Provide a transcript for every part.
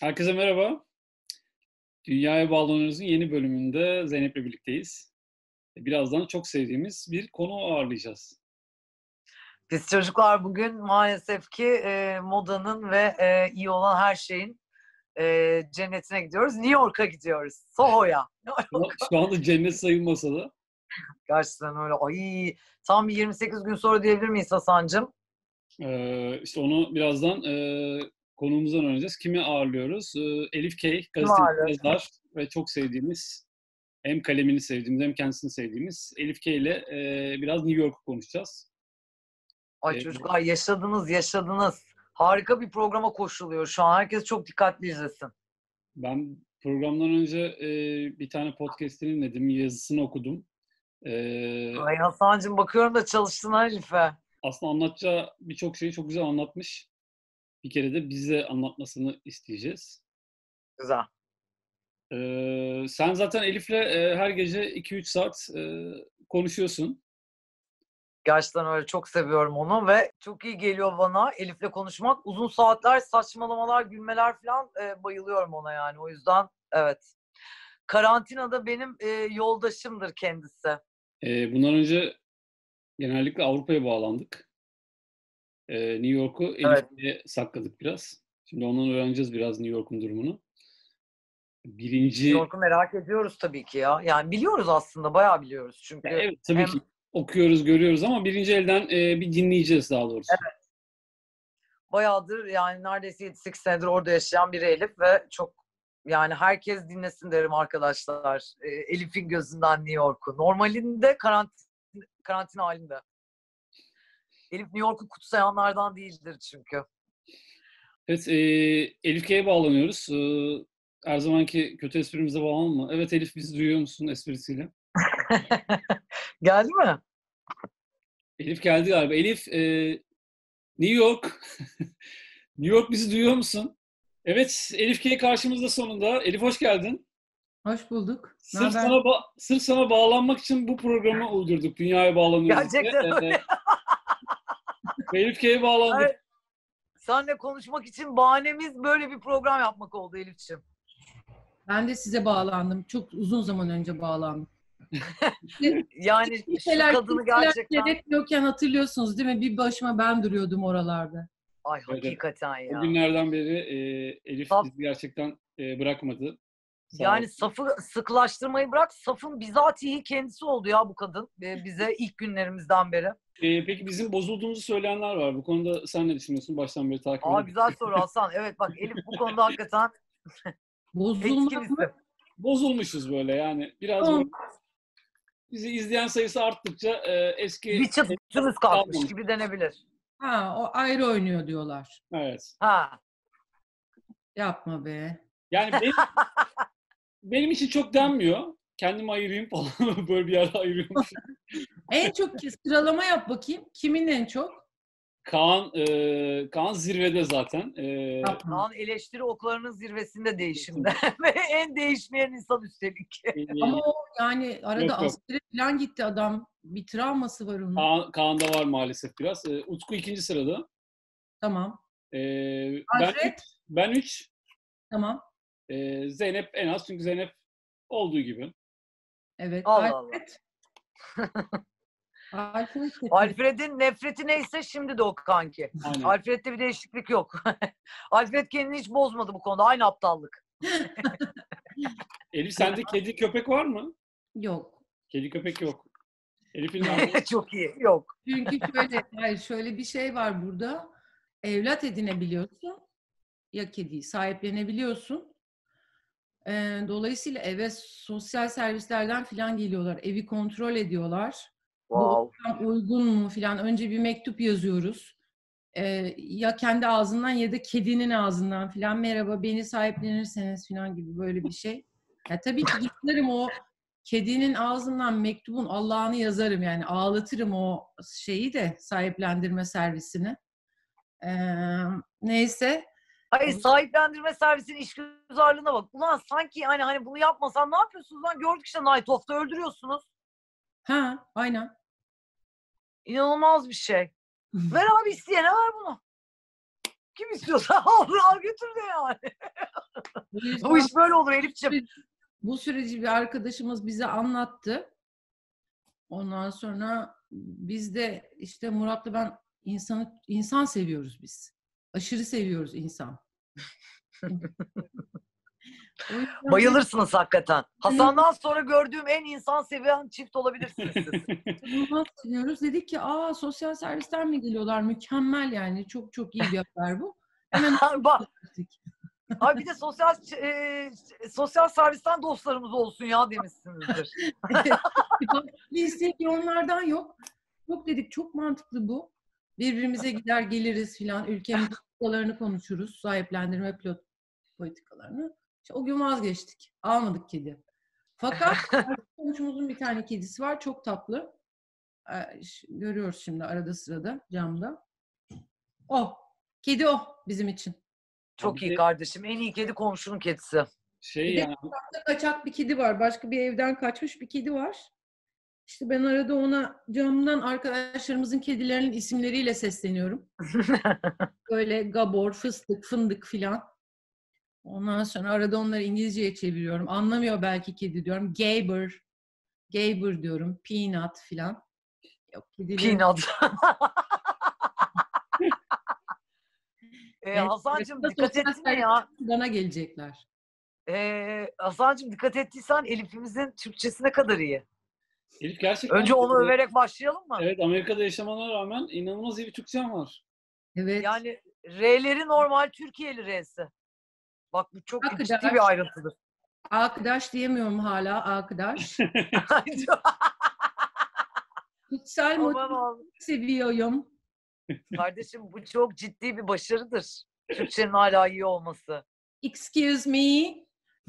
Herkese merhaba. Dünyaya Bağlanıyoruz'un yeni bölümünde Zeynep'le birlikteyiz. Birazdan çok sevdiğimiz bir konu ağırlayacağız. Biz çocuklar bugün maalesef ki e, modanın ve e, iyi olan her şeyin e, cennetine gidiyoruz. New York'a gidiyoruz. Soho'ya. Ama Şu anda cennet sayılmasa da Gerçekten öyle. Ay tam bir 28 gün sonra diyebilir miyiz Hasan'cığım? e, işte onu birazdan e, konuğumuzdan öğreneceğiz. Kimi ağırlıyoruz? E, Elif Kay, gazeteci ağırlıyoruz? yazar ve çok sevdiğimiz, hem kalemini sevdiğimiz hem kendisini sevdiğimiz Elif Kay ile e, biraz New York'u konuşacağız. Ay Evet. çocuklar yaşadınız yaşadınız. Harika bir programa koşuluyor şu an. Herkes çok dikkatli izlesin. Ben programdan önce e, bir tane podcast'ini dinledim, yazısını okudum. E, Ay Hasan'cığım bakıyorum da çalıştın ha Elif'e. aslında anlatacağı birçok şeyi çok güzel anlatmış. Bir kere de bize anlatmasını isteyeceğiz. Güzel. Ee, sen zaten Elif'le e, her gece 2-3 saat e, konuşuyorsun. Gerçekten öyle çok seviyorum onu ve çok iyi geliyor bana Elif'le konuşmak. Uzun saatler, saçmalamalar, gülmeler falan e, bayılıyorum ona yani. O yüzden evet. Karantinada benim e, yoldaşımdır kendisi. Ee, bundan önce genellikle Avrupa'ya bağlandık. Ee, New York'u Elif'le sakladık biraz. Şimdi ondan öğreneceğiz biraz New York'un durumunu. Birinci... New York'u merak ediyoruz tabii ki ya. Yani biliyoruz aslında, bayağı biliyoruz çünkü. Ya evet tabii hem- ki okuyoruz, görüyoruz ama birinci elden e, bir dinleyeceğiz daha doğrusu. Bayağıdır yani neredeyse 7-8 senedir orada yaşayan bir Elif ve çok yani herkes dinlesin derim arkadaşlar. E, Elif'in gözünden New York'u. Normalinde karantin, karantina halinde. Elif New York'u kutsayanlardan değildir çünkü. Evet, e, Elif K'ye bağlanıyoruz. E, her zamanki kötü esprimize bağlanma. Evet Elif bizi duyuyor musun esprisiyle? Geldi mi? Elif geldi galiba. Elif, e, New York. New York bizi duyuyor musun? Evet, Elif K karşımızda sonunda. Elif hoş geldin. Hoş bulduk. Sırf Naber? sana, ba- sırf sana bağlanmak için bu programı uydurduk. Dünyaya bağlanıyoruz. diye. Gerçekten E, öyle. ve Elif K'ye bağlandık. Ay, Seninle konuşmak için bahanemiz böyle bir program yapmak oldu Elif'ciğim. Ben de size bağlandım. Çok uzun zaman önce bağlandım. Yani şu Kimseler, kadını kimseler gerçekten... gerek yokken hatırlıyorsunuz değil mi? Bir başıma ben duruyordum oralarda. Ay Evet. hakikaten ya. O günlerden beri e, Elif Saf- bizi gerçekten e, bırakmadı. Sağ Yani ol. safı sıklaştırmayı bırak, safın bizatihi kendisi oldu ya bu kadın e, bize ilk günlerimizden beri. Ee, peki bizim bozulduğumuzu söyleyenler var. Bu konuda sen ne düşünüyorsun? Baştan beri takip Aa edip. güzel soru Hasan. Evet bak Elif bu konuda hakikaten Bozulmak mı? etkilisi. Bozulmuşuz böyle yani. Biraz Tamam. böyle bizi izleyen sayısı arttıkça e, eski... Bir çıt cılız kalkmış Tamam. gibi denebilir. Ha, o ayrı oynuyor diyorlar. Evet. Ha. Yapma be. Yani benim, benim için çok denmiyor. Kendimi ayırayım falan. böyle bir yere ayırıyorum. En çok ki- sıralama yap bakayım. Kimin en çok? Kaan, e, Kaan zirvede zaten. E, Yapma. Kaan eleştiri oklarının zirvesinde değişimde. Ve en değişmeyen insan üstelik. e, Ama o yani Yok, arada yok. askere falan gitti adam. Bir travması var onun. Kaan, Kaan'da var maalesef biraz. E, Utku ikinci sırada. Tamam. E, ben, Hazret. ben üç. Tamam. E, Zeynep en az. Çünkü Zeynep olduğu gibi. Evet. Allah Allah. Alfred. Alfred. kötü. Alfred'in nefreti neyse şimdi de o kanki. Aynen. Alfred'de bir değişiklik yok. Alfred kendini hiç bozmadı bu konuda. Aynı aptallık. Elif sende kedi köpek var mı? Yok. Kedi köpek yok. Elif'in nerede? Çok iyi. Yok. Çünkü şöyle, hayır, şöyle bir şey var burada. Evlat edinebiliyorsun ya kediyi sahiplenebiliyorsun. Ee, dolayısıyla eve sosyal servislerden filan geliyorlar. Evi kontrol ediyorlar. Wow. Tam uygun mu filan. Önce bir mektup yazıyoruz. Ee, ya kendi ağzından ya da kedinin ağzından filan. Merhaba beni sahiplenirseniz filan gibi böyle bir şey. Ya tabii ki isterim o kedinin ağzından mektubun Allah'ını yazarım yani ağlatırım o şeyi de sahiplendirme servisini. Ee, neyse Hayır sahiplendirme servisinin işgüzarlığına bak. Ulan sanki hani hani bunu yapmasan ne yapıyorsunuz lan? Gördük işte Night of'ta öldürüyorsunuz. ha aynen. İnanılmaz bir şey. Ver abi isteyene ver bunu. Kim istiyorsa al, al götür de yani. Bu yüzden- Bu iş böyle olur Elif'ciğim. bu süreci bir arkadaşımız bize anlattı. Ondan sonra biz de işte Murat'la ben insanı insan seviyoruz biz. Aşırı seviyoruz insan. O yüzden- Bayılırsınız hakikaten. Hasan'dan sonra gördüğüm en insan seven çift olabilirsiniz siz. İnanılmaz seviyoruz. Dedik ki aa sosyal servisten mi geliyorlar? Mükemmel yani. Çok çok iyi bir haber bu. Hemen Bak, Ay bir de sosyal e, sosyal servisten dostlarımız olsun ya demişsinizdir. listeki onlardan yok. Yok dedik çok mantıklı bu. Birbirimize gider geliriz filan. Ülkenin politikalarını konuşuruz. Sahiplendirme pilot politikalarını. İşte o gün vazgeçtik. Almadık kedi. Fakat komşumuzun bir tane kedisi var. Çok tatlı. Ee, ş- Görüyoruz şimdi arada sırada camda. O. Kedi o bizim için. Çok iyi kardeşim. En iyi kedi komşunun kedisi. Şey Bir de- yani Sokakta kaçak bir kedi var. Başka bir evden kaçmış bir kedi var. İşte ben arada ona camdan arkadaşlarımızın kedilerinin isimleriyle sesleniyorum. Böyle gabor, fıstık, fındık filan. Ondan sonra arada onları İngilizceye çeviriyorum. Anlamıyor belki kedi diyorum. Gaber, Gaber diyorum. Peanut filan. Yok kedilerin Peanut. e, Evet, Hasan'cığım yakında dikkat sosyal ettin mi ya? bana gelecekler. E, Hasan'cığım dikkat ettiysen Elif'imizin Türkçesi ne kadar iyi. Elif gerçekten Önce onu överek başlayalım mı? Evet Amerika'da yaşamana rağmen inanılmaz iyi bir Türkçen var. Evet. Yani R'leri normal Türkiye'li R'si. Bak bu çok Hakikaten. ciddi bir ayrıntıdır. Arkadaş diyemiyorum hala. Arkadaş. Kutsal Aman motifi Allah'ım. seviyorum. Kardeşim bu çok ciddi bir başarıdır. Türkçenin hala iyi olması. Excuse me.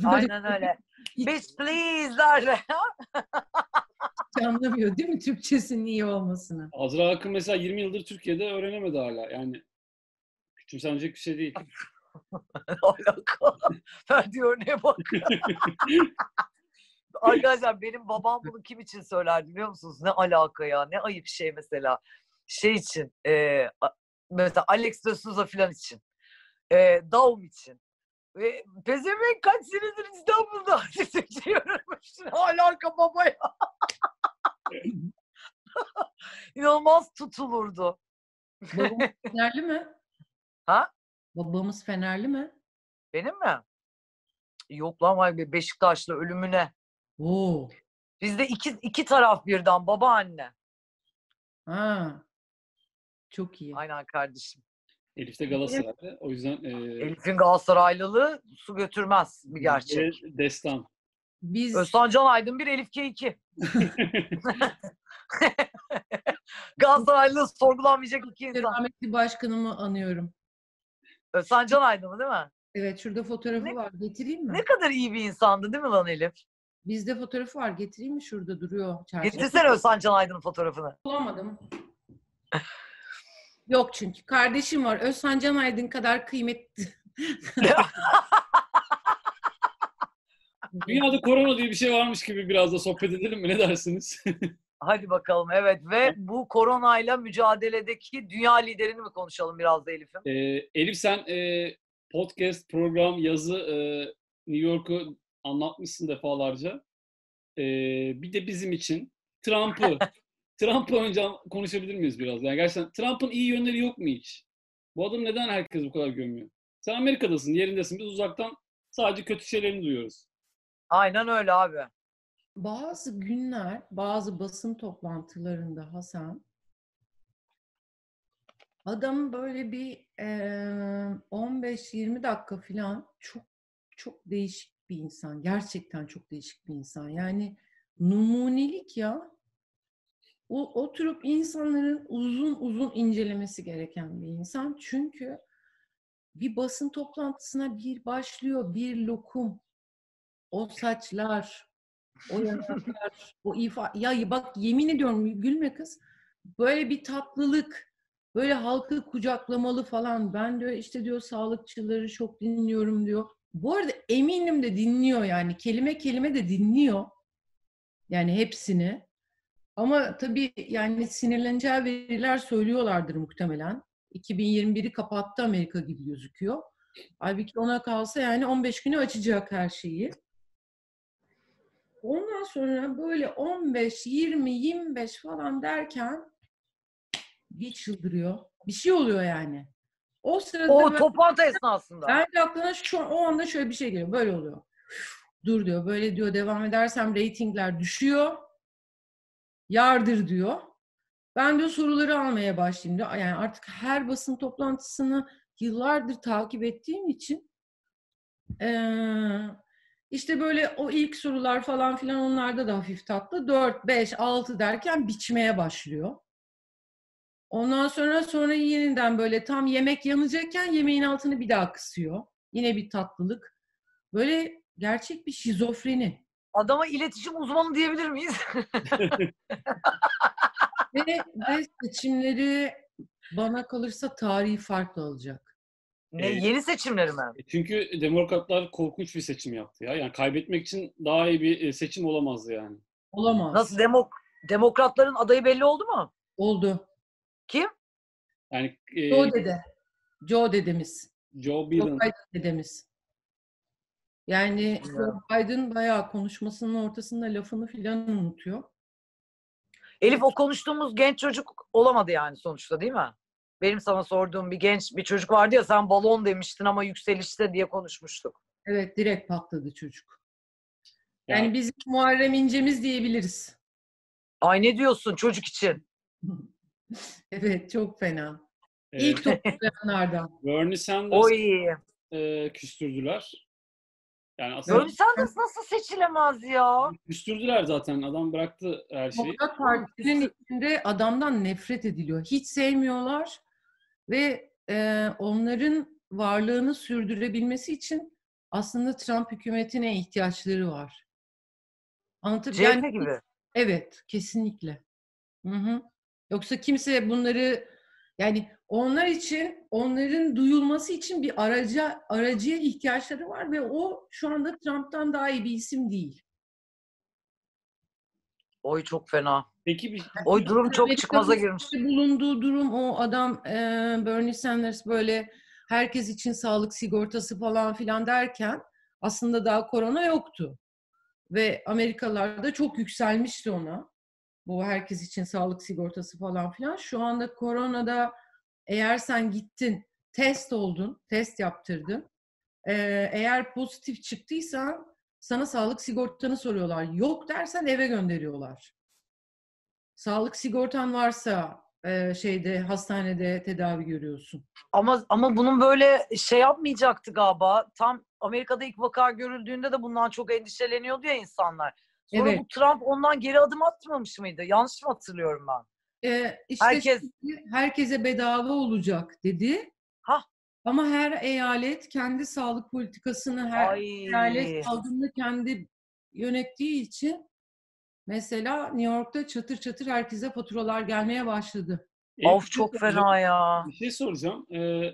Aynen öyle. Bitch please'lerle. Hiç şey anlamıyor değil mi Türkçesinin iyi olmasını? Azra Akın mesela 20 yıldır Türkiye'de öğrenemedi hala. Yani küçümsenecek bir şey değil. alakalı. Verdiği örneğe bak. Arkadaşlar benim babam bunu kim için söylerdi biliyor musunuz? Ne alaka ya? Ne ayıp şey mesela. Şey için. E, a- mesela Alex de Souza falan için. E, Daum için. Ve pezevenk kaç senedir İstanbul'da Türkçe öğrenmiş. Ne alaka baba ya? İnanılmaz tutulurdu. Babamız Fenerli mi? Ha? Babamız Fenerli mi? Benim mi? Yok lan vay be Beşiktaşlı ölümüne. Oo. Bizde iki, iki taraf birden baba anne. Ha. Çok iyi. Aynen kardeşim. Elif de Galatasaray'da. O yüzden e, Elif'in Galatasaraylılığı su götürmez bir gerçek. bir Destan. Biz Özcan Can Aydın bir Elif K2. Galatasaraylılığı sorgulanmayacak iki insan. rahmetli başkanımı anıyorum. Özcan Can Aydın değil mi? Evet şurada fotoğrafı Ne- var. Getireyim mi? Ne kadar iyi bir insandı değil mi lan Elif? Bizde fotoğrafı var. Getireyim mi? Şurada duruyor. Çerçeve. Getirsene Özcan Can Aydın'ın fotoğrafını. Bulamadım. Yok çünkü. Kardeşim var. Özhan Can Aydın kadar kıymetli. Dünyada korona diye bir şey varmış gibi biraz da sohbet edelim mi? Ne dersiniz? Hadi bakalım evet ve bu koronayla mücadeledeki dünya liderini mi konuşalım biraz da Elif'im? E, Elif sen e, podcast, program, yazı e, New York'u anlatmışsın defalarca. E, bir de bizim için Trump'ı Trump'ı önce an- konuşabilir miyiz biraz? Yani gerçekten Trump'ın iyi yönleri yok mu hiç? Bu adam neden herkes bu kadar gömüyor? Sen Amerika'dasın, yerindesin. Biz uzaktan sadece kötü şeylerini duyuyoruz. Aynen öyle abi. Bazı günler, bazı basın toplantılarında Hasan adam böyle bir eee, 15-20 dakika falan çok çok değişik bir insan. Gerçekten çok değişik bir insan. Yani numunelik ya. O oturup insanların uzun uzun incelemesi gereken bir insan. Çünkü bir basın toplantısına bir başlıyor, bir lokum. O saçlar, o yanaklar, o ifa... Ya bak yemin ediyorum gülme kız. Böyle bir tatlılık, böyle halkı kucaklamalı falan. Ben diyor işte diyor sağlıkçıları çok dinliyorum diyor. Bu arada eminim de dinliyor yani. Kelime kelime de dinliyor. Yani hepsini. Ama tabii yani sinirleneceği veriler söylüyorlardır muhtemelen. 2021'i kapattı Amerika gibi gözüküyor. Halbuki ona kalsa yani 15 günü açacak her şeyi. Ondan sonra böyle 15, 20, 25 falan derken bir çıldırıyor. Bir şey oluyor yani. O sırada O ben- toplantı esnasında. Bence aklına şu o anda şöyle bir şey geliyor. Böyle oluyor. Dur diyor. Böyle diyor devam edersem reytingler düşüyor. Yardır diyor. Ben diyor soruları almaya başlayayım diyor. Yani artık her basın toplantısını yıllardır takip ettiğim için eee, işte böyle o ilk sorular falan filan onlarda da hafif tatlı. 4, 5, 6 derken biçmeye başlıyor. Ondan sonra sonra yeniden böyle tam yemek yanacakken yemeğin altını bir daha kısıyor. Yine bir tatlılık. Böyle gerçek bir şizofreni. Adama iletişim uzmanı diyebilir miyiz? Ve, ve seçimleri bana kalırsa tarihi farklı olacak. ne, Evet. yeni seçimleri mi? E Çünkü demokratlar korkunç bir seçim yaptı ya. Yani kaybetmek için daha iyi bir e, seçim olamazdı yani. Olamaz. Nasıl demok demokratların adayı belli oldu mu? Oldu. Yani e, Joe dede. Joe dedemiz. Joe Joe Biden Biden dedemiz. Yani Joe Biden bayağı konuşmasının ortasında lafını filan unutuyor. Elif o konuştuğumuz genç çocuk olamadı yani sonuçta değil mi? Benim sana sorduğum bir genç bir çocuk vardı ya sen balon demiştin ama yükselişte diye konuşmuştuk. Evet direkt patladı çocuk. yani, Yani bizim Muharrem İnce'miz diyebiliriz. Ay ne diyorsun çocuk için? Evet çok fena. e, İlk toplayanlardan. Bernie Sanders Oy. e, küstürdüler. Yani aslında Bernie Sanders nasıl seçilemez ya? küstürdüler zaten. Adam bıraktı her şeyi. Demokrat Partisi'nin içinde adamdan nefret ediliyor. Hiç sevmiyorlar ve e, onların varlığını sürdürebilmesi için aslında Trump hükümetine ihtiyaçları var. Anlatıp CHP gibi. Evet, kesinlikle. Hı hı. Yoksa kimse bunları yani onlar için onların duyulması için bir araca aracıya ihtiyaçları var ve o şu anda Trump'tan daha iyi bir isim değil. Oy çok fena. Peki bir Oy durum çok Amerika'nın çıkmaza girmiş. içinde bulunduğu durum o adam e, Bernie Sanders böyle herkes için sağlık sigortası falan filan derken aslında daha korona yoktu. Ve Amerikalarda çok yükselmişti ona. Bu herkes için sağlık sigortası falan filan. Şu anda koronada eğer sen gittin, test oldun, test yaptırdın. e, eğer pozitif çıktıysan sana sağlık sigortanı soruyorlar. Yok dersen eve gönderiyorlar sağlık sigortan varsa e, şeyde hastanede tedavi görüyorsun. Ama ama bunun böyle şey yapmayacaktı galiba. Tam Amerika'da ilk vaka görüldüğünde de bundan çok endişeleniyordu ya insanlar. Sonra Evet. bu Trump ondan geri adım atmamış mıydı? Yanlış mı hatırlıyorum ben? E, işte Herkes- şimdi herkese bedava olacak dedi. Hah. Ama her eyalet kendi sağlık politikasını her Ay. eyalet salgını kendi yönettiği için mesela New York'ta çatır çatır herkese faturalar gelmeye başladı. Of çok fena ya. Bir şey soracağım. Ee,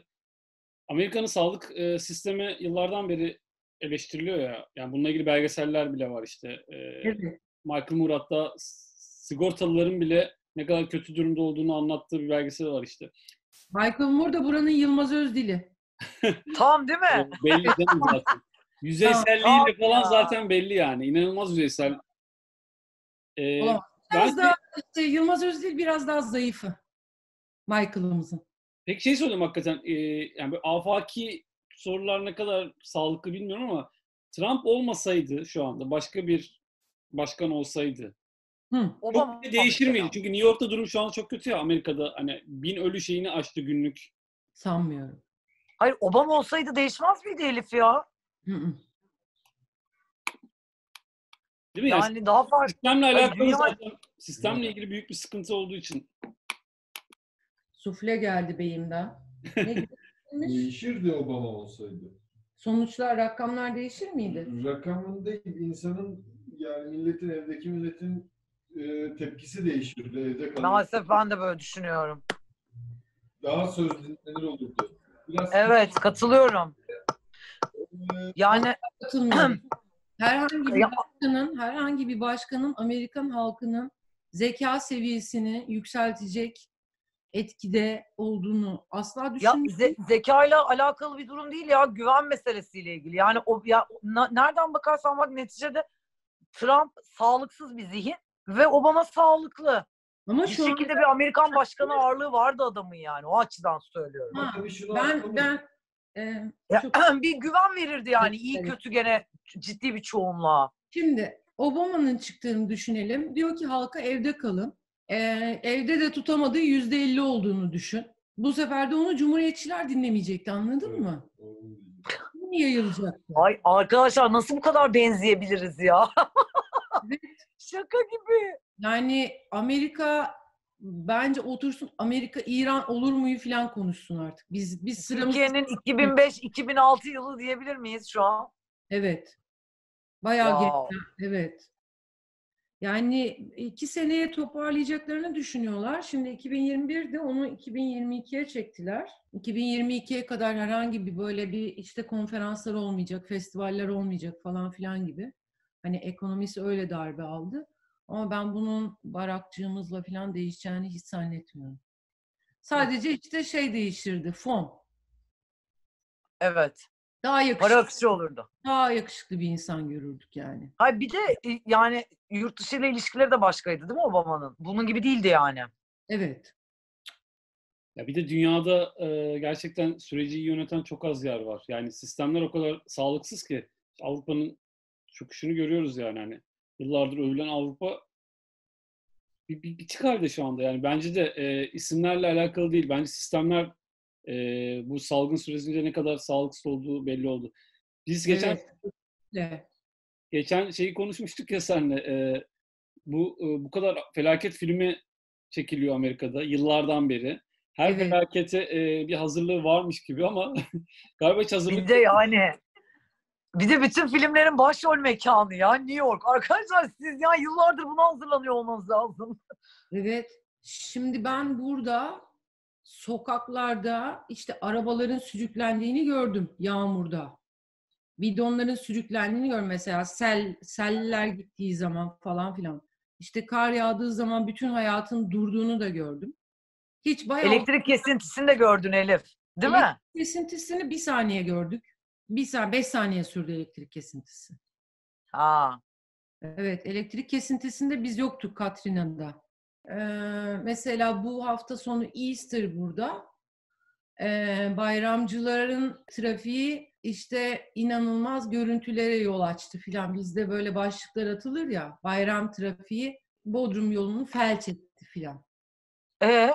Amerika'nın sağlık e, sistemi yıllardan beri eleştiriliyor ya. Yani bununla ilgili belgeseller bile var işte. Ee, Evet. Michael Moore hatta s- sigortalıların bile ne kadar kötü durumda olduğunu anlattığı bir belgesel var işte. Michael Moore da buranın Yılmaz Özdil'i. Tam değil Ee, mi? belli değil mi zaten. Yüzeyselliğiyle Tamam. falan Ya. zaten belli yani. İnanılmaz yüzeysel. Ee, Olamaz. ben Biraz daha, işte Yılmaz Özdil biraz daha zayıfı Michael'ımızın. Peki şey soracağım hakikaten. e, yani böyle afaki sorular ne kadar sağlıklı bilmiyorum ama Trump olmasaydı şu anda başka bir başkan olsaydı Hı. çok Obama da değişir miydi? mesela. Çünkü New York'ta durum şu anda çok kötü ya Amerika'da hani bin ölü şeyini aştı günlük. Sanmıyorum. Hayır Obama olsaydı değişmez miydi Elif ya? Hı hı. Değil mi? Yani, Yani daha farklı. sistemle alakalı dünya- zaten sistemle ilgili büyük bir sıkıntı olduğu için. Sufle geldi beyimden. Ne güzelmiş. Değişirdi Obama olsaydı. Sonuçlar, rakamlar değişir miydi? Rakamın değil, insanın yani milletin, evdeki milletin e, tepkisi değişirdi evde kalan. Maalesef ben de böyle düşünüyorum. Daha söz dinlenir olurdu. Biraz Evet katılıyorum. e, Yani Katılmıyorum. Herhangi bir Ya- başkanın, herhangi bir başkanın Amerikan halkının zeka seviyesini yükseltecek etkide olduğunu asla Ya düşünmüyorum. ze- zekayla alakalı bir durum değil ya güven meselesiyle ilgili. Yani o ya na- nereden bakarsan bak neticede Trump sağlıksız bir zihin ve Obama sağlıklı. Ama Bir şu an şekilde bir Amerikan başkanı ağırlığı vardı adamın yani. O açıdan söylüyorum. Ha, Tabii şunu ben atlamayın. ben e, Ya, çok bir güven verirdi yani iyi Evet. kötü gene ciddi bir çoğunluğa. Şimdi Obama'nın çıktığını düşünelim. Diyor ki halka evde kalın. Ee, evde de tutamadığı yüzde elli olduğunu düşün. Bu sefer de onu cumhuriyetçiler dinlemeyecekti anladın mı? Bu niye yayılacak? Ay arkadaşlar nasıl bu kadar benzeyebiliriz ya? Şaka gibi. Yani Amerika bence otursun Amerika İran olur muyu falan konuşsun artık. Biz biz sıramız Türkiye'nin 2005-2006 yılı diyebilir miyiz şu an? evet. Bayağı Wow. geride. Evet. Yani iki seneye toparlayacaklarını düşünüyorlar. Şimdi 2021'de onu 2022'ye çektiler. 2022'ye kadar herhangi bir böyle bir işte konferanslar olmayacak, festivaller olmayacak falan filan gibi. Hani ekonomisi öyle darbe aldı. Ama ben bunun barakçığımızla filan değişeceğini hiç zannetmiyorum. Sadece işte şey değiştirdi, fon. Evet. Daha yakışıklı, Para akışı olurdu. daha yakışıklı bir insan görürdük yani. Hayır bir de e, yani yurt dışı ile ilişkileri de başkaydı değil mi Obama'nın? Bunun gibi değildi yani. Evet. Ya bir de dünyada e, gerçekten süreci iyi yöneten çok az yer var. Yani sistemler o kadar sağlıksız ki Avrupa'nın çöküşünü görüyoruz yani hani. Yıllardır övülen Avrupa bir, bir, bir çıkardı şu anda. Yani bence de e, isimlerle alakalı değil. Bence sistemler e, bu salgın sürecinde ne kadar sağlıksız olduğu belli oldu. Biz geçen Evet. Evet. geçen şeyi konuşmuştuk ya senle. e, bu e, bu kadar felaket filmi çekiliyor Amerika'da yıllardan beri. Her Evet. felakete e, bir hazırlığı varmış gibi ama galiba hiç hazırlık Bir de yani bir de bütün filmlerin başrol mekanı ya New York. Arkadaşlar siz ya yıllardır buna hazırlanıyor olmanız lazım. Evet. Şimdi ben burada sokaklarda işte arabaların sürüklendiğini gördüm yağmurda. Bidonların sürüklendiğini gör mesela sel seller gittiği zaman falan filan. İşte kar yağdığı zaman bütün hayatın durduğunu da gördüm. Hiç bayağı Elektrik kesintisini de gördün Elif. Değil mi? kesintisini bir saniye gördük. Bir saniye, beş saniye sürdü elektrik kesintisi. Ha. Evet, elektrik kesintisinde biz yoktuk Katrina'da. Ee, mesela bu hafta sonu Easter burada. Ee, bayramcıların trafiği işte inanılmaz görüntülere yol açtı filan. Bizde böyle başlıklar atılır ya. Bayram trafiği Bodrum yolunu felç etti filan. Ee,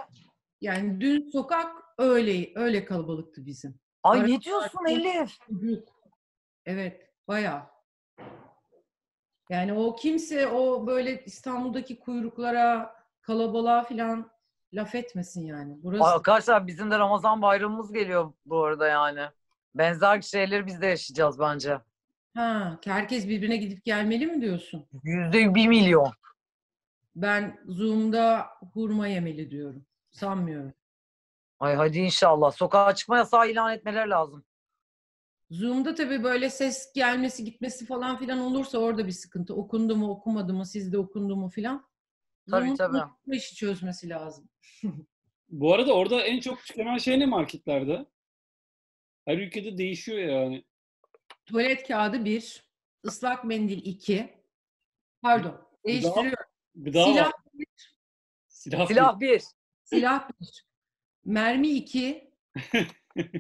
Yani dün sokak öyle öyle kalabalıktı bizim. ay Bayram ne diyorsun Elif? Evet, bayağı. Yani o kimse o böyle İstanbul'daki kuyruklara, kalabalığa filan laf etmesin yani. Burası Ay arkadaşlar bizim de Ramazan bayramımız geliyor bu arada yani. Benzer şeyleri biz de yaşayacağız bence. ha, ki herkes birbirine gidip gelmeli mi diyorsun? Yüzde bir milyon. Ben Zoom'da hurma yemeli diyorum. Sanmıyorum. Ay hadi inşallah. Sokağa çıkma yasağı ilan etmeleri lazım. Zoom'da tabii böyle ses gelmesi gitmesi falan filan olursa orada bir sıkıntı. Okundu mu okumadı mı sizde okundu mu filan. Tabii, Zoom'un tabii. bu işi çözmesi lazım. Bu arada orada en çok tükenen şey ne marketlerde? Her ülkede değişiyor yani. Tuvalet kağıdı bir, ıslak mendil iki. Pardon, değiştiriyorum. Gıda Silah, var. Silah. Silah bir. silah bir, mermi iki,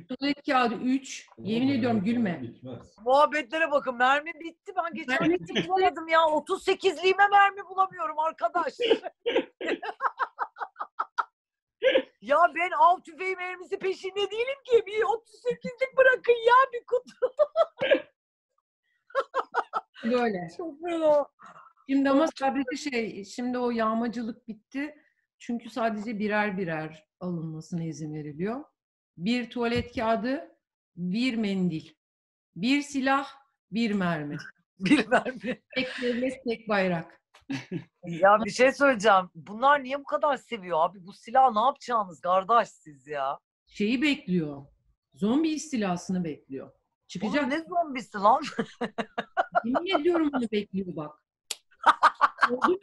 tuvalet kağıdı üç. Yemin ediyorum gülme. Bitmez. Muhabbetlere bakın. Mermi bitti. Ben geçen Mermi gün tıkladım ya. 38'liğime mermi bulamıyorum arkadaş. ya ben av tüfeği mermisi peşinde değilim ki. Bir 38'lik bırakın ya bir kutu. Böyle. Çok fena. Şimdi ama sadece şey, şimdi o yağmacılık bitti. Çünkü sadece birer birer alınmasına izin veriliyor. Bir tuvalet kağıdı, bir mendil. Bir silah, bir mermi. Bir mermi. Tek devlet, tek bayrak. Ya bir şey söyleyeceğim. Bunlar niye bu kadar seviyor abi? Bu silah ne yapacağınız kardeş siz ya? Şeyi bekliyor. Zombi istilasını bekliyor. Çıkacak. Oğlum ne zombisi lan? Yemin ediyorum onu bekliyor bak. Oldu mu?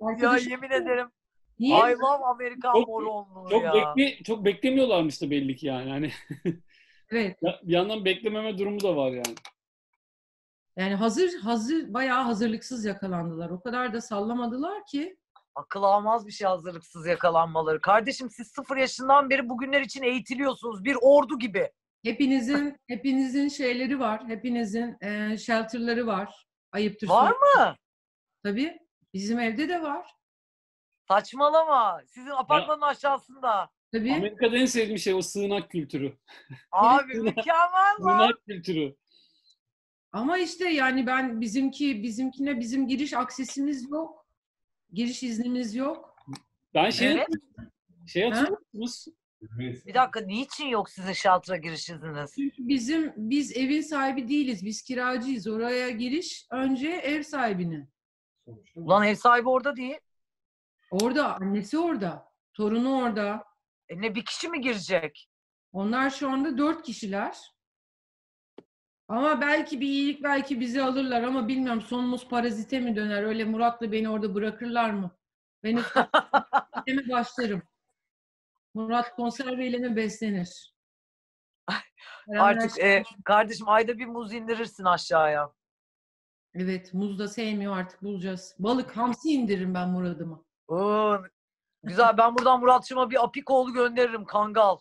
ya Arkadaşım yemin ederim. Niye? I love Amerikan Çok- moronluğu Çok, ya. bekle, çok beklemiyorlarmış da belli ki yani. Hani Evet. ya- bir yandan beklememe durumu da var yani. Yani hazır hazır bayağı hazırlıksız yakalandılar. O kadar da sallamadılar ki. Akıl almaz bir şey hazırlıksız yakalanmaları. Kardeşim siz sıfır yaşından beri bugünler için eğitiliyorsunuz. Bir ordu gibi. Hepinizin hepinizin şeyleri var. Hepinizin eee shelterları var. Ayıptır. Var söyle- mı? Tabii. Bizim evde de var. Saçmalama. Sizin apartmanın aşağısında. Tabii. Amerika'da en sevdiğim şey o sığınak kültürü. Abi mükemmel lan. Sığınak kültürü. Ama işte yani ben bizimki bizimkine bizim giriş aksesimiz yok. Giriş iznimiz yok. Ben şey Evet. şey hatırlıyor musunuz? Evet. Bir dakika niçin yok sizin şaltıra giriş izniniz? Çünkü bizim biz evin sahibi değiliz. Biz kiracıyız. Oraya giriş önce ev sahibinin. Sonuçta. Ulan ev sahibi orada değil. Orada annesi orada. Torunu orada. E ne bir kişi mi girecek? Onlar şu anda dört kişiler. Ama belki bir iyilik belki bizi alırlar ama bilmiyorum sonumuz parazite mi döner? Öyle Murat'la beni orada bırakırlar mı? Ben mi başlarım. Murat konserveyle mi beslenir? Artık e, kardeşim ayda bir muz indirirsin aşağıya. Evet muz da sevmiyor artık bulacağız. Balık hamsi indiririm ben Murat'ıma. Oo, güzel ben buradan Muratçıma bir apikoğlu gönderirim kangal.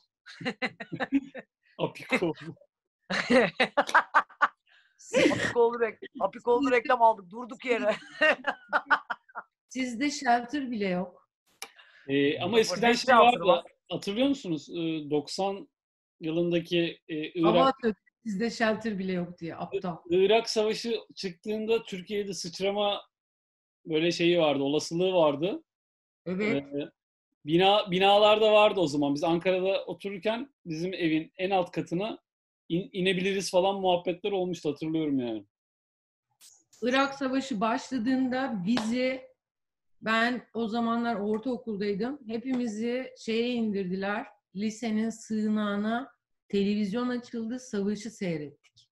Apiko. Apikoğlu, rek Apikoğlu reklam aldık durduk yere. Sizde shelter bile yok. Ee, ama Bu eskiden ne şey yaptı vardı. lan? Hatırlıyor musunuz? Ee, 90 yılındaki e, Ama Irak, Atatürk, sizde shelter bile yok diye aptal. Irak Savaşı çıktığında Türkiye'de sıçrama böyle şeyi vardı, olasılığı vardı. Evet. Ee, bina binalarda vardı o zaman. Biz Ankara'da otururken bizim evin en alt katına in- inebiliriz falan muhabbetler olmuştu hatırlıyorum yani. Irak Savaşı başladığında bizi ben o zamanlar ortaokuldaydım. Hepimizi şeye indirdiler. Lisenin sığınağına televizyon açıldı. Savaşı seyrettik.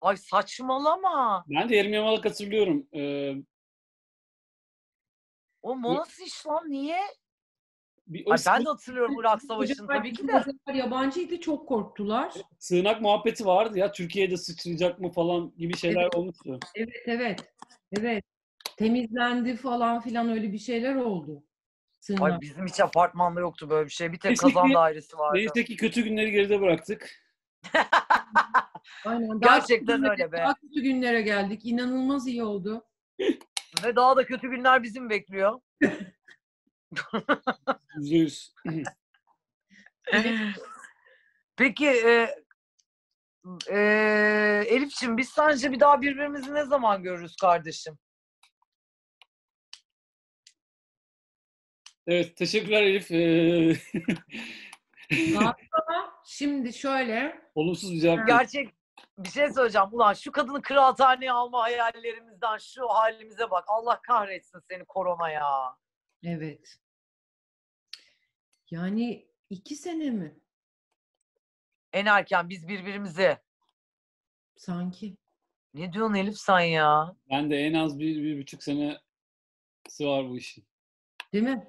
Ay saçmalama. Ben de Yerim Yamalak hatırlıyorum. Ee, O nasıl iş lan niye? bir, o Ay, ben sığınak, de hatırlıyorum Irak Savaşı'nı Çocuklar- tabii ki de. çocuklar yabancıydı. Çok korktular. sığınak muhabbeti vardı ya. Türkiye'de sıçrayacak mı falan gibi şeyler Evet. olmuştu. Evet evet. Evet. Temizlendi falan filan öyle bir şeyler oldu. Sığınak. Ay bizim hiç apartmanda yoktu böyle bir şey. Bir tek Neyse ki- kazan dairesi vardı. Neyse ki kötü günleri geride bıraktık. Aynen. Daha Gerçekten kötü- öyle be. Daha kötü günlere geldik. İnanılmaz iyi oldu. Ve daha da kötü günler bizim bekliyor. Yüzde yüz. Peki e, e, Elif'ciğim biz sence bir daha birbirimizi ne zaman görürüz kardeşim? Evet, teşekkürler Elif. Ee, Şimdi şöyle olumsuz bir cevap. değil. Gerçek bir şey söyleyeceğim. Ulan şu kadını kıraathaneye alma hayallerimizden şu halimize bak. Allah kahretsin seni korona ya. evet. Yani iki sene mi? En erken biz birbirimize. Sanki. Ne diyorsun Elif sen ya? Ben de en az bir, bir buçuk senesi var bu işin. Değil mi?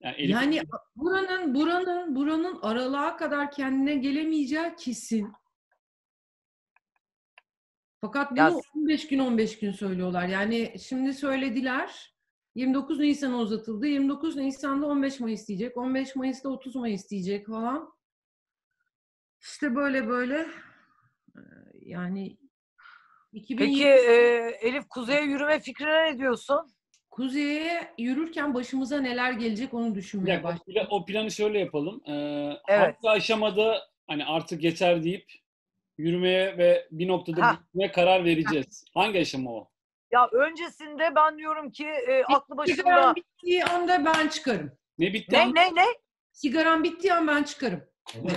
Yani, Elif, Yani buranın buranın buranın aralığa kadar kendine gelemeyeceği kesin. Fakat bunu Ya- 15 gün 15 gün söylüyorlar. Yani şimdi söylediler. 29 Nisan'a uzatıldı. 29 Nisan'da 15 Mayıs diyecek. 15 Mayıs'ta 30 Mayıs diyecek falan. İşte böyle böyle Ee, yani 2000 Peki e, Elif kuzeye yürüme fikrine ne diyorsun? kuzeye yürürken başımıza neler gelecek onu bir düşünmeye dakika, başladım. o pla- o planı şöyle yapalım. Ee, Evet. Hatta aşamada hani artık yeter deyip yürümeye ve bir noktada Ha. bitmeye karar vereceğiz. Hangi aşama o? Ya öncesinde ben diyorum ki e, aklı başında. Sigaram bittiği anda ben çıkarım. Ne bitti? Ne anlamadım. ne ne? Sigaram bittiği an ben çıkarım. Ama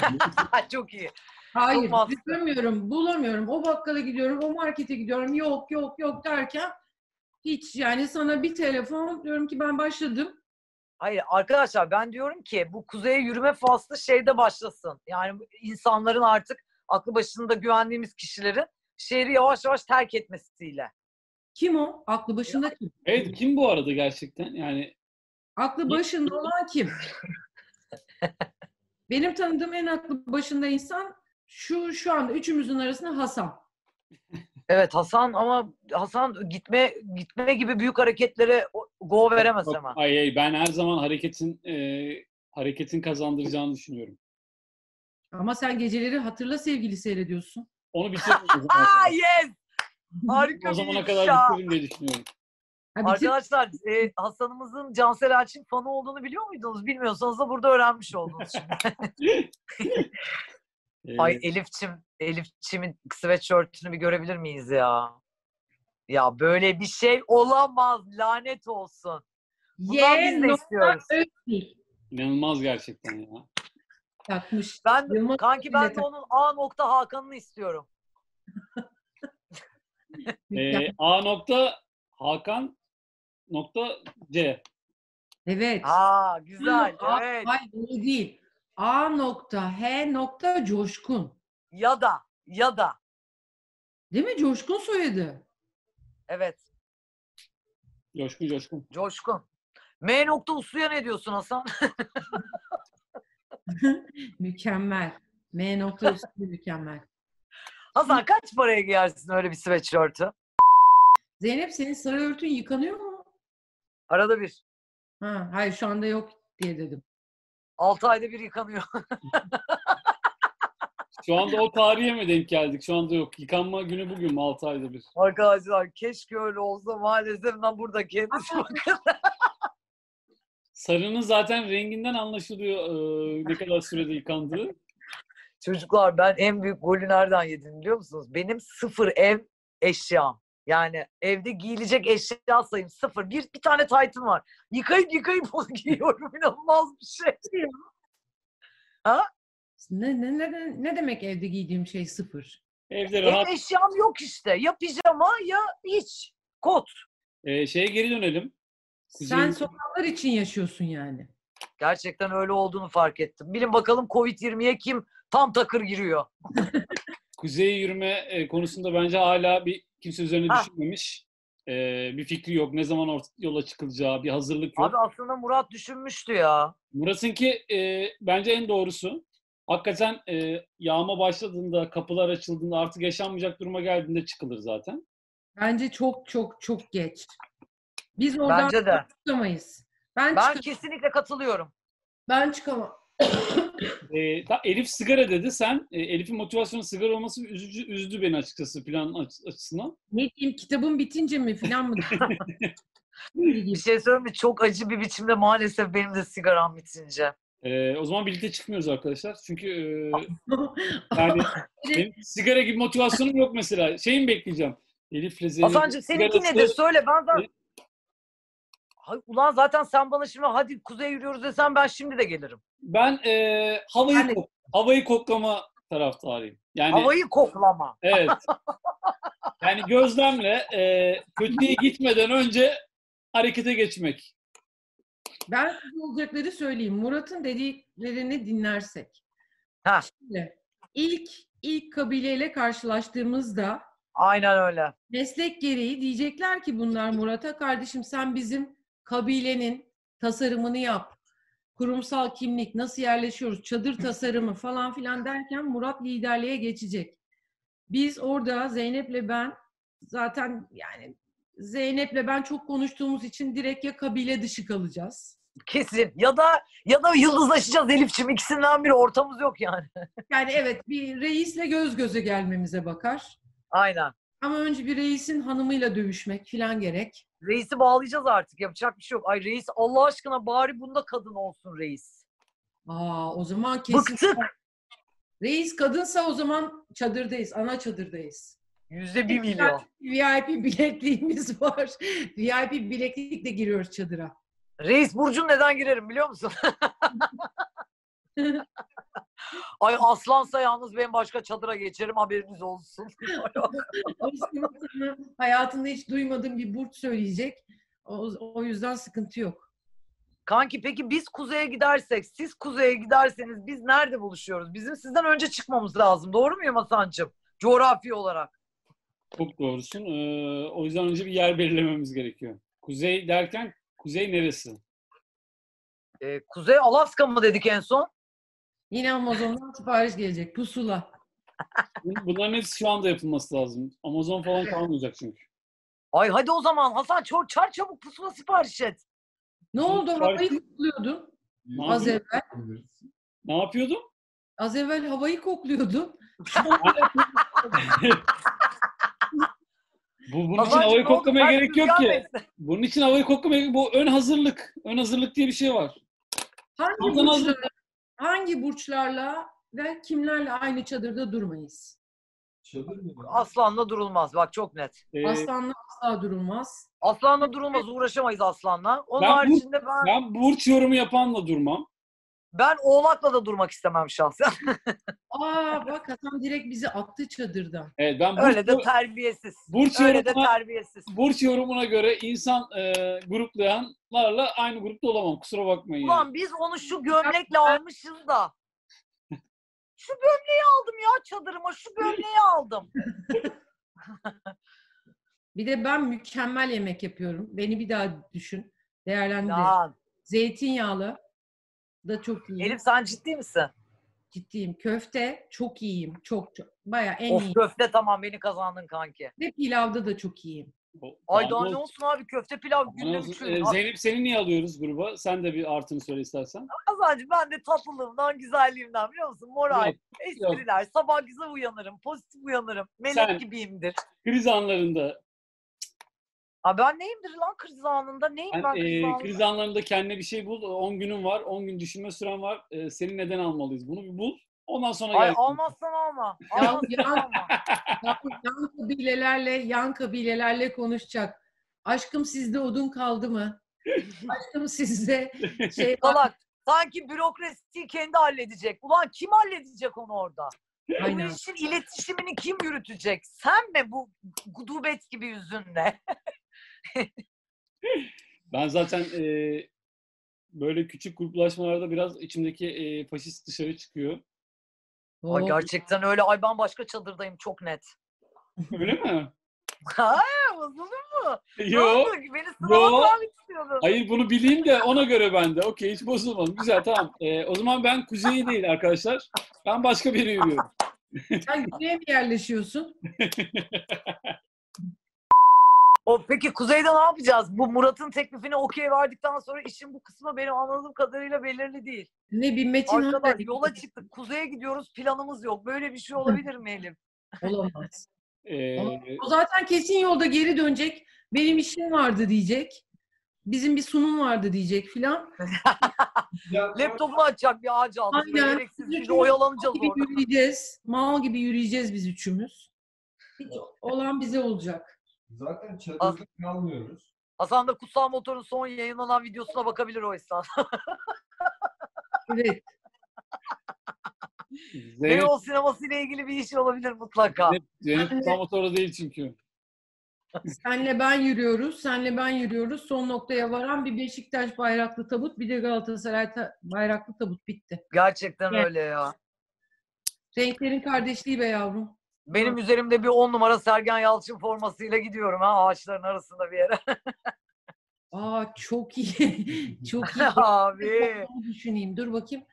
Ha, Çok iyi. Hayır, Çok mantıklı. bilmiyorum, bulamıyorum. O bakkala gidiyorum, o markete gidiyorum. Yok, yok, yok derken hiç yani sana bir telefon diyorum ki ben başladım. Hayır arkadaşlar ben diyorum ki bu kuzeye yürüme faslı şeyde başlasın. Yani bu insanların artık aklı başında güvendiğimiz kişilerin şehri yavaş yavaş terk etmesiyle. Kim o? Aklı başında kim? Evet kim bu arada gerçekten? Yani Aklı başında olan kim? Benim tanıdığım en aklı başında insan şu şu anda üçümüzün arasında Hasan. Evet Hasan ama Hasan gitme gitme gibi büyük hareketlere o- go veremez Yok, hemen. Ay, ay, ben her zaman hareketin e, hareketin kazandıracağını düşünüyorum. Ama sen geceleri hatırla sevgili seyrediyorsun. Onu bitirdim. o zamana Aa kadar. yes! Harika o bir zamana iş kadar ya. bitiririm diye düşünüyorum. Ha, bitir- Arkadaşlar e, Hasan'ımızın Cansel Elçin fanı olduğunu biliyor muydunuz? Bilmiyorsanız da burada öğrenmiş oldunuz şimdi. Ee, Ay Elifçim, Elifçim'in sweatshirt'ünü bir görebilir miyiz ya? Ya böyle bir şey olamaz. Lanet olsun. Bundan Ye, biz de no- istiyoruz. Özil inanılmaz gerçekten ya. takmış. Ben Yılmaz kanki ben de Özil'e onun A nokta Hakan'ını istiyorum. takmış. Ee, A nokta Hakan nokta C. Evet. Ha güzel. A- Evet. Hayır öyle değil. A nokta H nokta Coşkun. Ya da ya da Değil mi? Coşkun soyadı. evet Coşkun coşkun. Coşkun. M nokta Uslu'ya ne diyorsun Hasan? Mükemmel. M nokta üstü mükemmel. Hasan kaç paraya giyersin öyle bir sweatshirt'ı? Zeynep senin sarı örtün yıkanıyor mu? Arada bir. Ha, hayır şu anda yok diye dedim. 6 ayda bir yıkanıyor. Şu anda o tarihe mi denk geldik? Şu anda yok. Yıkanma günü bugün mü? 6 ayda bir. Arkadaşlar keşke öyle olsa maalesef ben burada kendisi bakın. Sarının zaten renginden anlaşılıyor e, ne kadar sürede yıkandığı. Çocuklar ben en büyük golü nereden yedim biliyor musunuz? Benim sıfır ev eşyam. Yani evde giyilecek eşya sayım sıfır. Bir, bir tane taytım var. Yıkayıp yıkayıp onu giyiyorum. İnanılmaz bir şey. Ne, ne, ne, ne demek evde giydiğim şey sıfır? Evde rahat. Ev eşyam yok işte. Ya pijama ya hiç. Kot. E, şeye geri dönelim. Sen Kuzeyin- sokaklar için yaşıyorsun yani. Gerçekten öyle olduğunu fark ettim. Bilin bakalım Covid-20'ye kim tam takır giriyor. Kuzey yürüme e, konusunda bence hala bir kimse üzerine Ha. düşünmemiş. E, bir fikri yok. Ne zaman ort- yola çıkılacağı bir hazırlık yok. Abi aslında Murat düşünmüştü ya. Murat'ınki e, bence en doğrusu. Hakikaten e, yağma başladığında, kapılar açıldığında artık yaşanmayacak duruma geldiğinde çıkılır zaten. Bence çok çok çok geç. Biz oradan Bence de. çıkamayız. Ben, Ben çıka- kesinlikle katılıyorum. ben çıkamam. E, ta- Elif sigara dedi. Sen e, Elif'in motivasyonu sigara olması üzücü, üzdü beni açıkçası plan aç- açısından. Ne diyeyim kitabım bitince mi falan mı? Bir şey söyleyeyim mi? Çok acı bir biçimde maalesef benim de sigaram bitince. E, o zaman birlikte çıkmıyoruz arkadaşlar. Çünkü e, yani benim sigara gibi motivasyonum yok mesela. Şeyimi bekleyeceğim. Elif'le Zeynep'in Hasan'cığım seninki sigarası- nedir? Söyle ben zaten... Hay, ulan zaten sen bana şimdi hadi kuzeye yürüyoruz desen ben şimdi de gelirim. Ben e, havayı Yani- kok- havayı koklama taraftarıyım. Yani Havayı koklama. evet. Yani gözlemle e, kötüye gitmeden önce harekete geçmek. Ben size olacakları söyleyeyim. Murat'ın dediklerini dinlersek. Ha. Şimdi ilk ilk kabileyle karşılaştığımızda Aynen öyle. meslek gereği diyecekler ki bunlar Murat'a kardeşim sen bizim kabilenin tasarımını yap. Kurumsal kimlik, nasıl yerleşiyoruz, çadır tasarımı falan filan derken Murat liderliğe geçecek. Biz orada Zeynep'le ben zaten yani Zeynep'le ben çok konuştuğumuz için direkt ya kabile dışı kalacağız. Kesin. Ya da ya da yıldızlaşacağız Elifçim. İkisinden biri ortamız yok yani. Yani evet bir reisle göz göze gelmemize bakar. Aynen. Ama önce bir reisin hanımıyla dövüşmek filan gerek. Reisi bağlayacağız artık. Yapacak bir şey yok. Ay reis Allah aşkına bari bunda kadın olsun reis. Aa o zaman kesin Bıktık. reis kadınsa o zaman çadırdayız. Ana çadırdayız. Yüzde bir milyon. VIP bilekliğimiz var. VIP bileklikle giriyoruz çadıra. Reis Burcu'nun neden girerim biliyor musun? Ay aslansa yalnız ben başka çadıra geçerim haberiniz olsun. Oysa sana Hayatında hiç duymadığım bir burç söyleyecek. O, o yüzden sıkıntı yok. Kanki peki biz kuzeye gidersek, siz kuzeye giderseniz biz nerede buluşuyoruz? Bizim sizden önce çıkmamız lazım. Doğru muyum Hasan'cığım? Coğrafi olarak. Çok doğrusun. Ee, o yüzden önce bir yer belirlememiz gerekiyor. Kuzey derken kuzey neresi? Ee, Kuzey Alaska mı dedik en son? Yine Amazon'dan sipariş gelecek. Pusula. Bun- Bunların hepsi şu anda yapılması lazım. Amazon falan kalmayacak çünkü. Ay hadi o zaman Hasan çor çar çabuk pusula sipariş et. Ne oldu? Havayı kokluyordun. Az Abi. evvel. Ne yapıyordum? Az evvel havayı kokluyordun. Bu, bunun için Hasancığım, havayı ne oldu? koklamaya Ters gerek rüzgar yok ki. mevsimi. Bunun için havayı koklamaya Bu ön hazırlık. Ön hazırlık diye bir şey var. Hangi Oradan hazır- burçlarla, hangi burçlarla ve kimlerle aynı çadırda durmayız? Çadır mı? Aslanla durulmaz bak çok net. Ee, Aslanla asla durulmaz. Aslanla durulmaz uğraşamayız aslanla. Onun Ben bu- haricinde ben, ben, ben burç yorumu yapanla durmam. oğlakla da durmak istemem şahsen. Aa bak Hasan direkt bizi attı çadırdan. Evet ben burç, Öyle de terbiyesiz. burç Öyle de yorumuna terbiyesiz. burç yorumuna göre insan e, gruplayanlarla aynı grupta olamam. Kusura bakmayın. yani. Ulan biz onu şu gömlekle almışız da. Şu gömleği aldım ya çadırıma. Şu gömleği aldım. Bir de ben mükemmel yemek yapıyorum. Beni bir daha düşün. Değerlendir. Lan Zeytinyağlı da çok iyiyim. Elif sen ciddi misin? Ciddiyim. Köfte çok iyiyim. Çok çok. Baya en Of iyi. köfte tamam beni kazandın kanki. Ve pilavda da çok iyiyim. O- Ay Daha daha ne ne olsun? olsun abi köfte pilav günde Anons- üç Ee, öğün. Zeynep seni niye alıyoruz gruba? Sen de bir artını söyle istersen. Kazancı ben de tatlılığımdan, güzelliğimden biliyor musun? Moral, Yok, espriler, sabah güzel uyanırım, pozitif uyanırım, melek Sen- gibiyimdir. Kriz anlarında, Ha ben neyimdir lan kriz anında? Neyim ben, yani, kriz e, anında? kriz anlarında kendine bir şey bul. 10 günün var, 10 gün düşünme süren var. E, seni neden almalıyız? Bunu bir bul. Ondan sonra Ay gel. almazsan alma. Ya- Almazsan ya- alma. Yan, yan kabilelerle, yan kabilelerle konuşacak. Aşkım sizde odun kaldı mı? Aşkım sizde şey var mı? Salak. Sanki bürokrasiyi kendi halledecek. Ulan kim halledecek onu orada? Bu Aynen. işin iletişimini kim yürütecek? Sen mi bu gudubet gibi yüzünle? Ben zaten e, böyle küçük gruplaşmalarda biraz içimdeki e, faşist dışarı çıkıyor. Ay Oo. gerçekten öyle. Ay ben başka çadırdayım çok net. Öyle mi? Ha, bozulur mu? Ne Yok. oldu? Beni sınavdan istiyordun. Hayır bunu bileyim de ona göre ben de. Okey hiç bozulmadım. Güzel tamam. Ee, o zaman ben kuzeyi değil arkadaşlar. Ben başka bir yere yürüyorum. Sen güneye mi yerleşiyorsun? O peki Kuzey'de ne yapacağız? Bu Murat'ın teklifine okey verdikten sonra işin bu kısmı benim anladığım kadarıyla belirli değil. Ne bir Metin Arkadaş Hanım'la- yola çıktık. Kuzey'e gidiyoruz. Planımız yok. Böyle bir şey olabilir mi Elif? Olamaz. Ee, O zaten kesin yolda geri dönecek. Benim işim vardı diyecek. Bizim bir sunum vardı diyecek filan. Ya, Laptopu açacak bir ağaç aldık. Aynen. Gereksiz Biz bir üçümüz oyalanacağız Gibi orada. yürüyeceğiz. Mal gibi yürüyeceğiz biz üçümüz. Hiç olan bize olacak. zaten çadırda kalmıyoruz. Hasan da Kutsal Motor'un son yayınlanan videosuna bakabilir o esnada. Evet. Zeynep, Beyoğlu sineması ile ilgili bir iş olabilir mutlaka. Zeynep, Zeynep tam motora değil çünkü. Senle ben yürüyoruz. Senle ben yürüyoruz. Son noktaya varan bir Beşiktaş bayraklı tabut, bir de Galatasaray ta- bayraklı tabut bitti. Gerçekten Evet. öyle ya. Renklerin kardeşliği be yavrum. Benim üzerimde bir 10 numara Sergen Yalçın formasıyla gidiyorum ha ağaçların arasında bir yere. Aa çok iyi. çok iyi. Abi. Onu düşüneyim. Dur bakayım.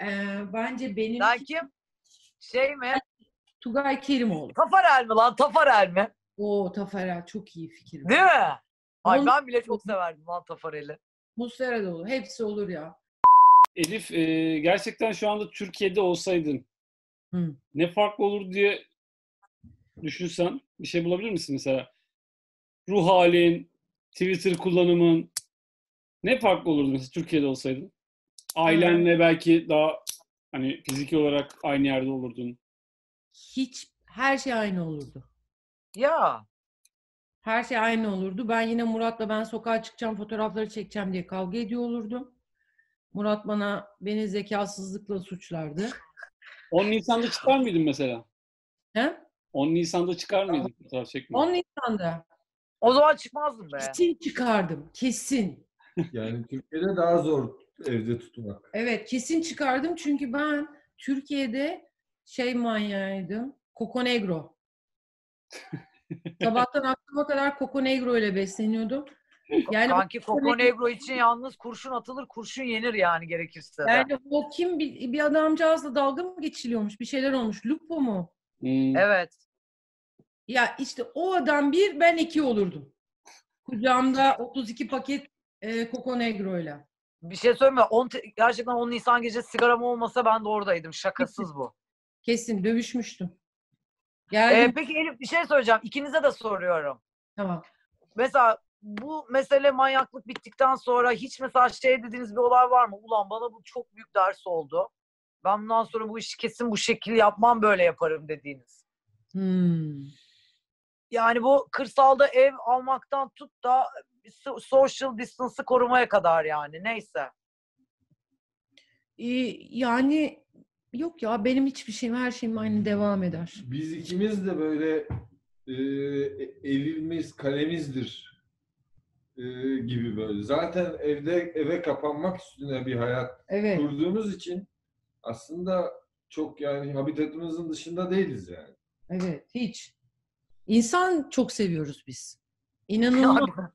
Ee, bence benim Sen kim? Şey mi? Tugay Kerimoğlu. Tafarel mi lan? Tafarel mi? Oo Tafarel çok iyi fikir. Değil mi? Ay Onun- ben bile çok severdim lan Tafarel'i. Muslera da olur. Hepsi olur ya. Elif e, gerçekten şu anda Türkiye'de olsaydın Hı. ne farklı olur diye düşünsen bir şey bulabilir misin mesela? Ruh halin, Twitter kullanımın ne farklı olurdu mesela Türkiye'de olsaydın? Ailenle belki daha hani fiziki olarak aynı yerde olurdun. Hiç her şey aynı olurdu. Ya. Her şey aynı olurdu. Ben yine Murat'la ben sokağa çıkacağım, fotoğrafları çekeceğim diye kavga ediyor olurdum. Murat bana beni zekasızlıkla suçlardı. 10 Nisan'da çıkar mıydın mesela? He? 10 Nisan'da çıkar mıydın fotoğraf çekmeye? 10 Nisan'da O zaman çıkmazdım be. kesin çıkardım. Kesin. Yani Türkiye'de daha zor evde tutmak. Evet kesin çıkardım çünkü ben Türkiye'de şey manyağıydım. Coco Negro. Sabahtan akşama kadar Coco Negro ile besleniyordum. Yani Kanki Coco Negro için yalnız kurşun atılır, kurşun yenir yani gerekirse de. yani o kim bir, bir adamcağızla dalga mı geçiliyormuş? Bir şeyler olmuş. Lupo mu? Hmm. Evet. Ya işte o adam bir ben iki olurdum. Kucağımda 32 paket e, Coco Negro ile. Bir şey söyleme. 10 te- gerçekten 10 Nisan gecesi sigaram olmasa ben de oradaydım. Şakasız bu. Kesin dövüşmüştüm. Yani Ee, peki Elif bir şey söyleyeceğim. İkinize de soruyorum. tamam. Mesela bu mesele manyaklık bittikten sonra hiç mesela şey dediğiniz bir olay var mı? Ulan bana bu çok büyük ders oldu. Ben bundan sonra bu işi kesin bu şekil yapmam böyle yaparım dediğiniz. Hmm. Yani bu kırsalda ev almaktan tut da so- social distance'ı korumaya kadar yani. Neyse. Ee, yani yok ya benim hiçbir şeyim her şeyim aynı devam eder. Biz ikimiz de böyle e, elimiz kalemizdir e, gibi böyle. Zaten evde eve kapanmak üstüne bir hayat Evet. kurduğumuz için aslında çok yani habitatımızın dışında değiliz yani. Evet, hiç. İnsan çok seviyoruz biz. İnanılmaz.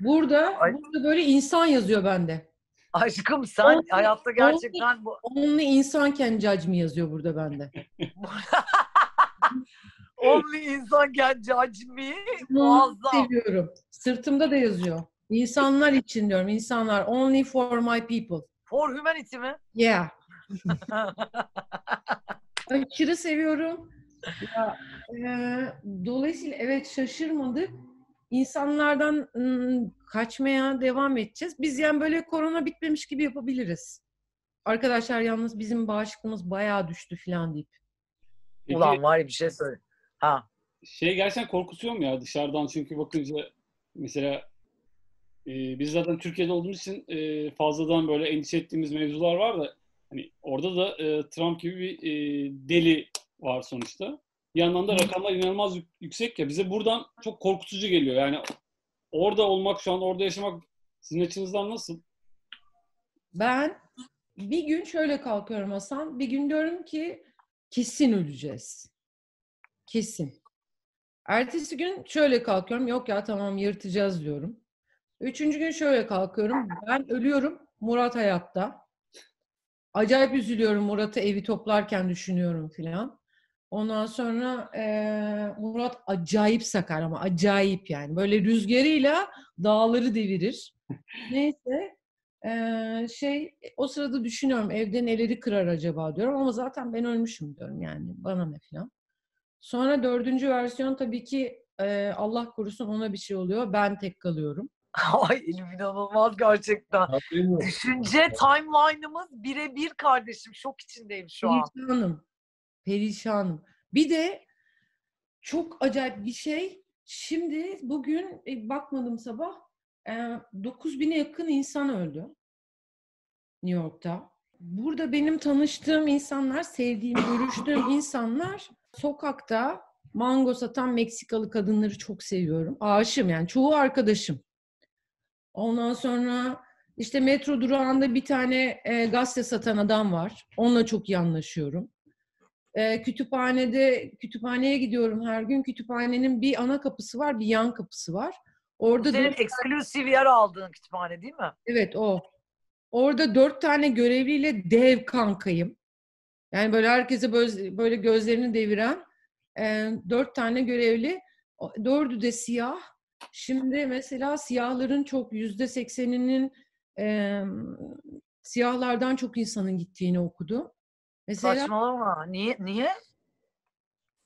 Burada, Ay. burada böyle insan yazıyor bende. Aşkım sen Olsun, hayatta gerçekten bu Only insan can judge mi yazıyor burada bende. only insan kendi acmi Çok muazzam. Seviyorum. Sırtımda da yazıyor. İnsanlar için diyorum. İnsanlar. Only for my people. For humanity mi? Yeah. Aşırı seviyorum. Ya, e, dolayısıyla evet şaşırmadık. İnsanlardan ım, kaçmaya devam edeceğiz. Biz yani böyle korona bitmemiş gibi yapabiliriz. Arkadaşlar yalnız bizim bağışıklığımız bayağı düştü falan deyip. Peki, Ulan var ya bir şey söyle. Ha. Şey gerçekten korkutuyor mu ya dışarıdan çünkü bakınca mesela e, biz zaten Türkiye'de olduğumuz için e, fazladan böyle endişe ettiğimiz mevzular var da hani orada da e, Trump gibi bir e, deli var sonuçta. Bir yandan da rakamlar inanılmaz yük- yüksek ya bize buradan çok korkutucu geliyor. Yani orada olmak şu an orada yaşamak sizin açınızdan nasıl? Ben bir gün şöyle kalkıyorum Hasan. Bir gün diyorum ki kesin öleceğiz. Kesin. Ertesi gün şöyle kalkıyorum. Yok ya tamam yırtacağız diyorum. Üçüncü gün şöyle kalkıyorum. Ben ölüyorum. Murat hayatta. Acayip üzülüyorum Murat'ı evi toplarken düşünüyorum filan. Ondan sonra eee, Murat acayip sakar ama acayip yani. Böyle rüzgarıyla dağları devirir. Neyse. Ee, şey o sırada düşünüyorum evde neleri kırar acaba diyorum ama zaten ben ölmüşüm diyorum yani bana ne filan. Sonra dördüncü versiyon tabii ki e, Allah korusun ona bir şey oluyor. Ben tek kalıyorum. Ay Elif inanılmaz gerçekten. Haberin yok. Düşünce timeline'ımız birebir kardeşim. Şok içindeyim şu an. Perişanım. Perişanım. Bir de çok acayip bir şey. Şimdi bugün e, bakmadım sabah e, 9000'e yakın insan öldü New York'ta. Burada benim tanıştığım insanlar, sevdiğim, görüştüğüm insanlar sokakta mango satan Meksikalı kadınları çok seviyorum. Aşığım yani çoğu arkadaşım. Ondan sonra işte metro durağında bir tane e, gazete satan adam var. Onunla çok iyi anlaşıyorum. E, kütüphanede, kütüphaneye gidiyorum her gün. Kütüphanenin bir ana kapısı var, bir yan kapısı var. Orada Senin dört- eksklusif yer aldığın kütüphane değil mi? Evet o. Orada dört tane görevliyle dev kankayım. Yani böyle herkese böyle, böyle gözlerini deviren e, dört tane görevli. O- Dördü de siyah. Şimdi mesela siyahların çok yüzde sekseninin e, siyahlardan çok insanın gittiğini okudu. Mesela Saçmalama. Niye? Niye?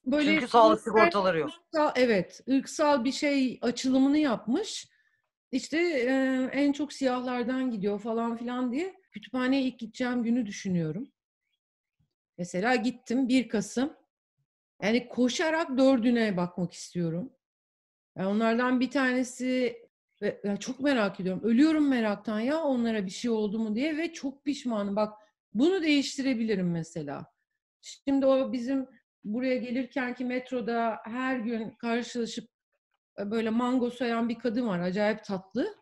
böyle şey- Çünkü sağlık sosyal- sigortaları yok. ırksal- evet, ırksal bir şey açılımını yapmış. İşte e, en çok siyahlardan gidiyor falan filan diye kütüphaneye ilk gideceğim günü düşünüyorum. Mesela gittim 1 Kasım. Yani koşarak dördüne bakmak istiyorum. Yani onlardan bir tanesi ve ya çok merak ediyorum. Ölüyorum meraktan ya onlara bir şey oldu mu diye ve çok pişmanım. Bak bunu değiştirebilirim mesela. Şimdi o bizim buraya gelirken ki metroda her gün karşılaşıp e, böyle mango soyan bir kadın var. Acayip tatlı.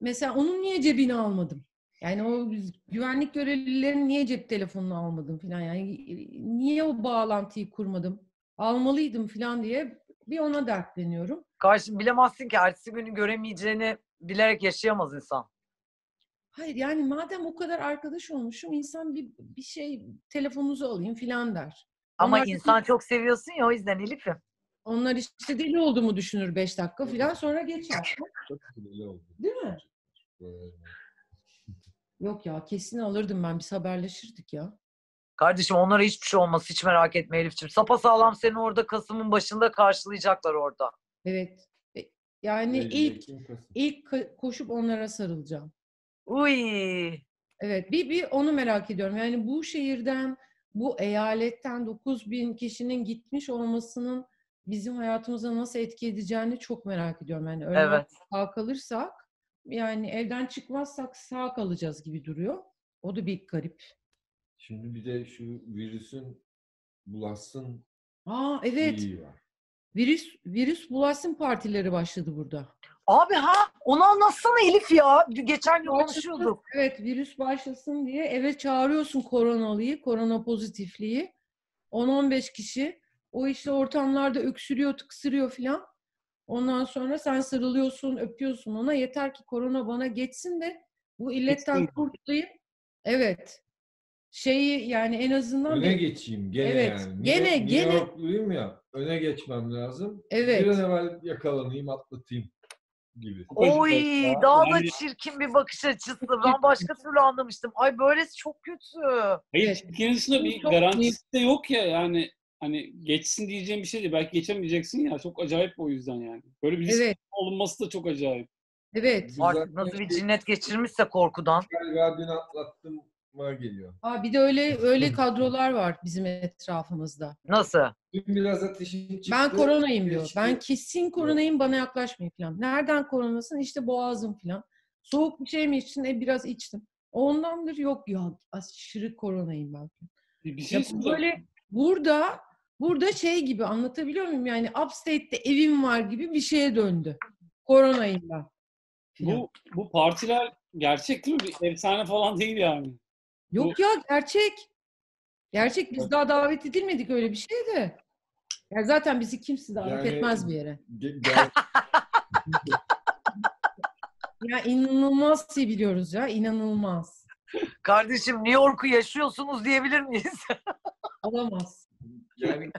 Mesela onun niye cebini almadım? Yani o güvenlik görevlilerinin niye cep telefonunu almadım falan yani e, niye o bağlantıyı kurmadım? Almalıydım falan diye Bir ona dertleniyorum. Karşı bilemezsin ki ertesi günü göremeyeceğini bilerek yaşayamaz insan. Hayır yani madem o kadar arkadaş olmuşum insan bir, bir şey telefonunuzu alayım filan der. Ama Onlar- insan çok seviyorsun ya o yüzden Elif'im. Onlar işte deli olduğumu düşünür 5 dakika filan sonra geçer. Çok sinirli oldum. Değil mi? Böyle. Yok ya kesin alırdım ben biz haberleşirdik ya. Kardeşim onlara hiçbir şey olmaz hiç merak etme Elif'ciğim. Sapa sağlam seni orada Kasım'ın başında karşılayacaklar orada. Evet. E, Yani Eylül, ilk Ekim, Kasım. ilk ka- koşup onlara sarılacağım. Uy. Evet bir, bir onu merak ediyorum. Yani bu şehirden, bu eyaletten 9000 kişinin gitmiş olmasının bizim hayatımıza nasıl etki edeceğini çok merak ediyorum. Yani öyle Evet. sağ kalırsak yani evden çıkmazsak sağ kalacağız gibi duruyor. O da bir garip. Şimdi bir de şu virüsün bulaşsın Aa evet. iyi var. Virüs virüs bulaşsın partileri başladı burada. Abi ha onu anlatsana Elif ya. Geçen gün konuşuyorduk. Evet virüs başlasın diye eve çağırıyorsun koronalıyı, korona pozitifliği. 10-15 kişi. O işte ortamlarda öksürüyor, tıksırıyor filan. Ondan sonra sen sarılıyorsun, öpüyorsun ona. Yeter ki korona bana geçsin de bu illetten Geçsin. kurtulayım. Evet. Şeyi yani en azından Öne bir- geçeyim gene Evet, yani. gene, New, gene. New Yorkluyum ya. Öne geçmem lazım. Bir evet. an evvel yakalanayım, atlatayım gibi. Çocuklar Oy ya, daha da yani- çirkin bir bakış açısı. Ben başka türlü anlamıştım. Ay böylesi çok kötü. Hayır Evet. ikincisinde bir Çok garantisi de yok ya yani hani geçsin diyeceğim bir şey değil. Belki geçemeyeceksin ya. Çok acayip o yüzden yani. Böyle bir risk Evet. olunması da çok acayip. Evet. Biz Artık zaten şey- nasıl bir cinnet geçirmişse korkudan. Galiba dün atlattım mı geliyor. Aa, bir de öyle öyle kadrolar var bizim etrafımızda. Nasıl? Dün biraz ateşim çıktı. Ben koronayım diyor. geçti. Ben kesin koronayım bana yaklaşmayın falan. Nereden koronasın? İşte boğazım falan. Soğuk bir şey mi içtin? E biraz içtim. Ondandır yok ya aşırı koronayım ben. Bir, bir şey Ya söyleyeceğim. böyle burada burada şey gibi anlatabiliyor muyum? Yani upstate'de evim var gibi bir şeye döndü. Koronayım ben. Bu, bu partiler gerçek değil mi? Bir efsane falan değil yani. Yok ya gerçek. Gerçek biz daha davet edilmedik öyle bir şeye de. Ya zaten bizi kimse davet Yani- etmez bir yere. Ge- gel- Ya inanılmaz seviliyoruz ya inanılmaz. Kardeşim New York'u yaşıyorsunuz diyebilir miyiz? Alamaz. yani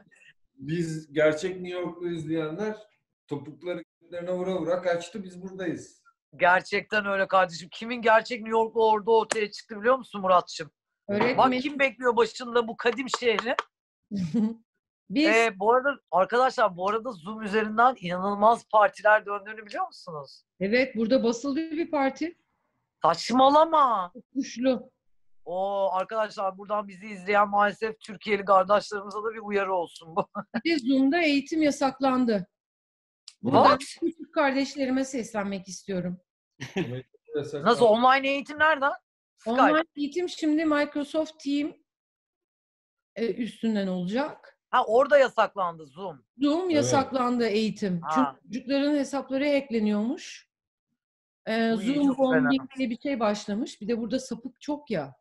biz gerçek New Yorklu izleyenler topukları kendilerine vura vura kaçtı. Biz buradayız. Gerçekten öyle kardeşim. Kimin gerçek New York'lu orada ortaya çıktı biliyor musun Muratçım? Bak Öğretmenim. kim bekliyor başında bu kadim şehri. Biz Ee, bu arada arkadaşlar bu arada Zoom üzerinden inanılmaz partiler döndüğünü biliyor musunuz? evet burada basıldı bir parti. Saçmalama. Kuşlu. O arkadaşlar buradan bizi izleyen maalesef Türkiye'li kardeşlerimize de bir uyarı olsun bu. Bir de Zoom'da eğitim yasaklandı. Buradan What? küçük kardeşlerime seslenmek istiyorum. Yasak- Nasıl online eğitim nereden? Skype. Online eğitim şimdi Microsoft Team e, üstünden olacak. Ha orada yasaklandı Zoom. Zoom yasaklandı eğitim. Ha. Çünkü çocukların hesapları hackleniyormuş. Ee, Bu iyi, Zoom çok fena. bombing diye bir şey başlamış. Bir de burada sapık çok ya.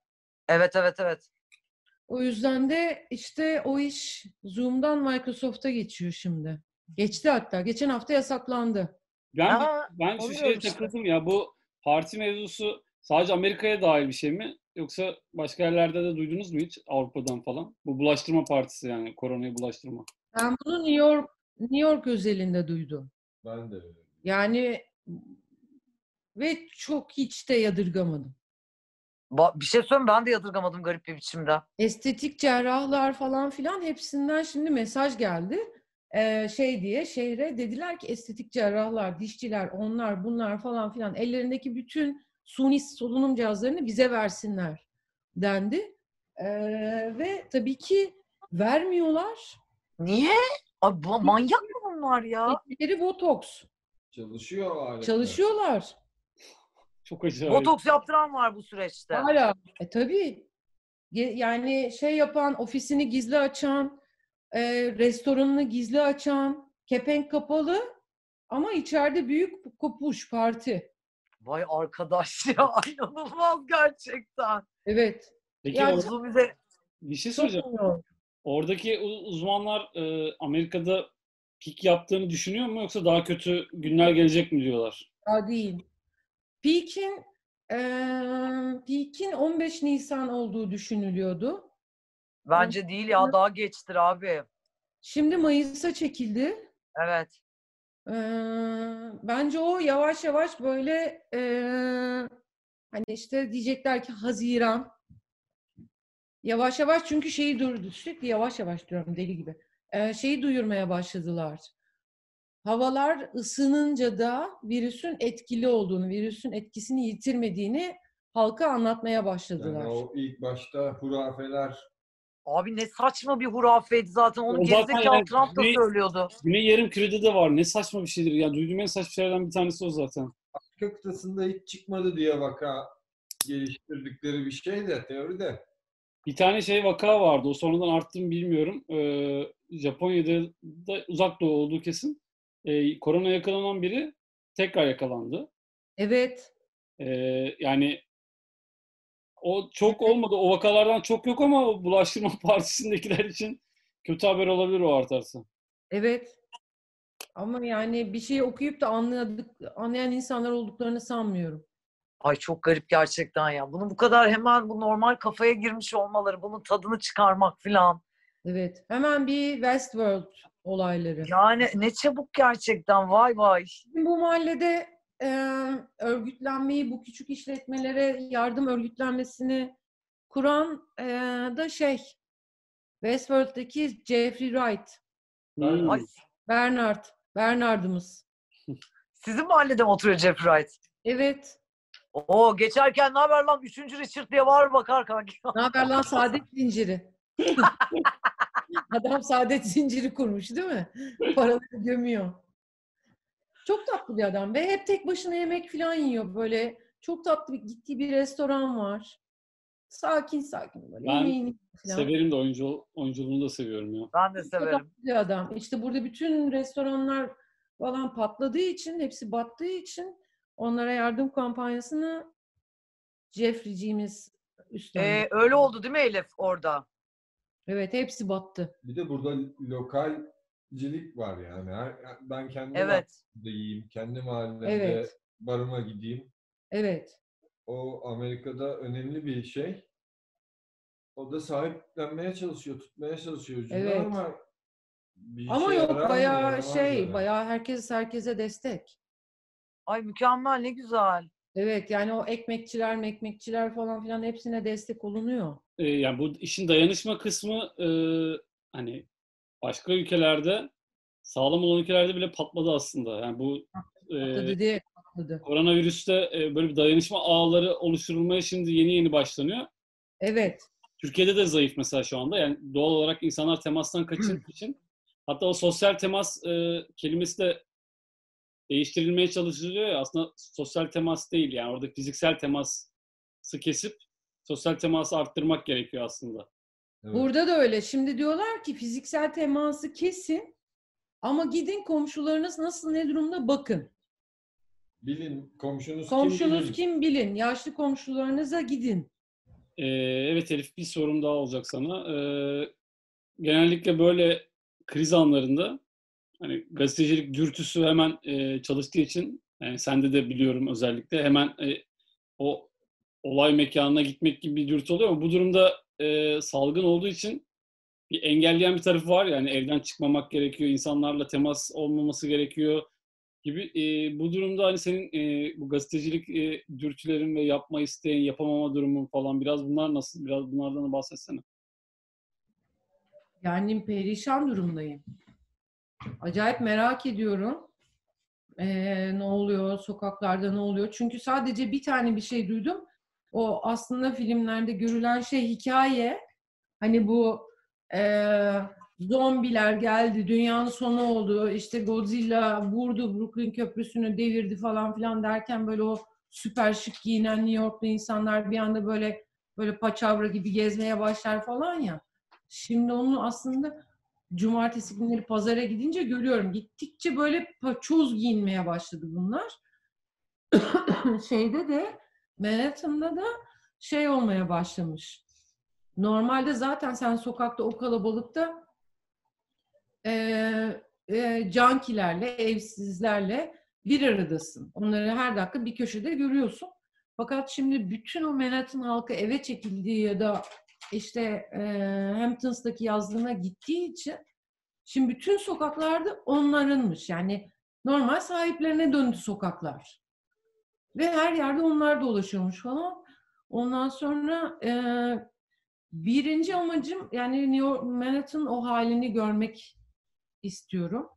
Evet evet evet. O yüzden de işte o iş Zoom'dan Microsoft'a geçiyor şimdi. Geçti hatta. Geçen hafta yasaklandı. Ben Ha, ben şu oluyor şeye işte. takıldım ya bu parti mevzusu sadece Amerika'ya dair bir şey mi? Yoksa başka yerlerde de duydunuz mu hiç Avrupa'dan falan? Bu bulaştırma partisi yani koronayı bulaştırma. Ben bunu New York New York özelinde duydum. Ben de öyle. Yani ve çok hiç de yadırgamadım. Ba- bir şey söyleyeyim mi? ben de yadırgamadım garip bir biçimde. Estetik cerrahlar falan filan hepsinden şimdi mesaj geldi. Ee, şey diye şehre dediler ki estetik cerrahlar, dişçiler, onlar bunlar falan filan ellerindeki bütün suni solunum cihazlarını bize versinler dendi. Ee, ve tabii ki vermiyorlar. Niye? Abi bu manyak mı bunlar ya? Dedikleri botoks. Çalışıyor aletler. Çalışıyorlar. Çok acayip. Botoks yaptıran var bu süreçte. Hala. E tabii. Ye- Yani şey yapan, ofisini gizli açan, e, restoranını gizli açan, kepenk kapalı ama içeride büyük kopuş parti. Vay arkadaş ya inanılmaz gerçekten. Evet. Peki Yani- orada- Bu bize bir şey Çok soracağım. yoğun. Oradaki u- uzmanlar e, Amerika'da pik yaptığını düşünüyor mu yoksa daha kötü günler gelecek mi diyorlar? Daha değil. Peak'in e, Peak'in 15 Nisan olduğu düşünülüyordu. Bence değil ya daha geçtir abi. Şimdi Mayıs'a çekildi. Evet. E, bence o yavaş yavaş böyle e, hani işte diyecekler ki Haziran yavaş yavaş çünkü şeyi durdu sürekli yavaş yavaş diyorum deli gibi E, şeyi duyurmaya başladılar. Havalar ısınınca da virüsün etkili olduğunu, virüsün etkisini yitirmediğini halka anlatmaya başladılar. Yani o ilk başta hurafeler Abi ne saçma bir hurafeydi zaten. Onu O zaten gerizekalı yani Trump da bir- söylüyordu. Güney yarım kürede de var. Ne saçma bir şeydir ya. Duyduğum en saçma şeylerden bir tanesi o zaten. Afrika kıtasında hiç çıkmadı diye vaka geliştirdikleri bir şey de teoride. Bir tane şey vaka vardı. O sonradan arttı mı bilmiyorum. Ee, Japonya'da da uzak doğu olduğu kesin. Ee, korona yakalanan biri tekrar yakalandı. Evet. Ee, yani o çok olmadı. O vakalardan çok yok ama o bulaştırma partisindekiler için kötü haber olabilir o artarsa. Evet. Ama yani bir şey okuyup da anladık, anlayan insanlar olduklarını sanmıyorum. Ay çok garip gerçekten ya. Bunu bu kadar hemen bu normal kafaya girmiş olmaları, bunun tadını çıkarmak filan. Evet. Hemen bir Westworld olayları. Yani ne çabuk gerçekten vay vay. Bizim bu mahallede e, örgütlenmeyi, bu küçük işletmelere yardım örgütlenmesini kuran e, da şey Westworld'daki Jeffrey Wright, Hmm. Ay, Bernard, Bernard'ımız. sizin mahallede mi oturuyor Jeff Wright? Evet. Oo geçerken ne haber lan? Üçüncü Richard diye var bakar kanki. Ne haber lan saadet zinciri? Adam saadet zinciri kurmuş değil mi? Paraları gömüyor. Çok tatlı bir adam ve hep tek başına yemek falan yiyor böyle. Çok tatlı bir gittiği bir restoran var. Sakin sakin böyle. Ben yemeğini yiyor falan. Severim de oyuncu, oyunculuğunu da seviyorum ya. Ben de severim. Tatlı adam. İşte burada bütün restoranlar falan patladığı için, hepsi battığı için onlara yardım kampanyasını Jeffrey'ciğimiz üstlendi. Ee, öyle oldu değil mi Elif orada? evet, hepsi battı. Bir de burada lokalcilik var yani. Her- Ben kendi Evet. mahallemde yiyeyim, kendi mahallemde Evet, barıma gideyim. evet. O Amerika'da önemli bir şey. O da sahiplenmeye çalışıyor, tutmaya çalışıyor ucundan Evet. ama bir Ama işe yok yaramıyor, bayağı yaramaz şey, yani. bayağı herkes herkese destek. Ay mükemmel ne güzel. Evet, yani o ekmekçiler, mekmekçiler falan filan hepsine destek olunuyor. e, yani bu işin dayanışma kısmı e, hani başka ülkelerde sağlam olan ülkelerde bile patladı aslında. Yani bu e, Patladı diye patladı. koronavirüste e, böyle bir dayanışma ağları oluşturulmaya şimdi yeni yeni başlanıyor. Evet, Türkiye'de de zayıf mesela şu anda. Yani doğal olarak insanlar temastan kaçındığı için hatta o sosyal temas e, kelimesi de değiştirilmeye çalışılıyor ya aslında sosyal temas değil yani orada fiziksel teması kesip sosyal teması arttırmak gerekiyor aslında. Evet. Burada da öyle. Şimdi diyorlar ki fiziksel teması kesin ama gidin komşularınız nasıl ne durumda bakın. Bilin komşunuz, Komşunuz kim? kim bilin. Yaşlı komşularınıza gidin. Ee, evet Elif bir sorum daha olacak sana. Ee, genellikle böyle kriz anlarında hani gazetecilik dürtüsü hemen e, çalıştığı için yani sende de biliyorum özellikle hemen e, o olay mekanına gitmek gibi bir dürtü oluyor ama bu durumda e, salgın olduğu için bir engelleyen bir tarafı var yani evden çıkmamak gerekiyor, insanlarla temas olmaması gerekiyor gibi. E, bu durumda hani senin e, bu gazetecilik e, dürtülerin ve yapma isteğin, yapamama durumun falan biraz bunlar nasıl? Biraz bunlardan da bahsetsene. Yani perişan durumdayım. Acayip merak ediyorum. Ee, ne oluyor, sokaklarda ne oluyor? Çünkü sadece bir tane bir şey duydum. O aslında filmlerde görülen şey hikaye. Hani bu eee, zombiler geldi, dünyanın sonu oldu, işte Godzilla vurdu, Brooklyn Köprüsü'nü devirdi falan filan derken böyle o süper şık giyinen New Yorklu insanlar bir anda böyle böyle paçavra gibi gezmeye başlar falan ya. Şimdi onu aslında cumartesi günleri pazara gidince görüyorum. Gittikçe böyle paçoz giyinmeye başladı bunlar. Şeyde de Manhattan'da da şey olmaya başlamış. Normalde zaten sen sokakta o kalabalıkta eee, e, cankilerle, evsizlerle bir aradasın. Onları her dakika bir köşede görüyorsun. Fakat şimdi bütün o Manhattan halkı eve çekildiği ya da işte e, Hamptons'taki yazlığına gittiği için şimdi bütün sokaklarda onlarınmış. Yani normal sahiplerine döndü sokaklar. Ve her yerde onlar dolaşıyormuş falan. Ondan sonra e, birinci amacım yani New York, Manhattan o halini görmek istiyorum.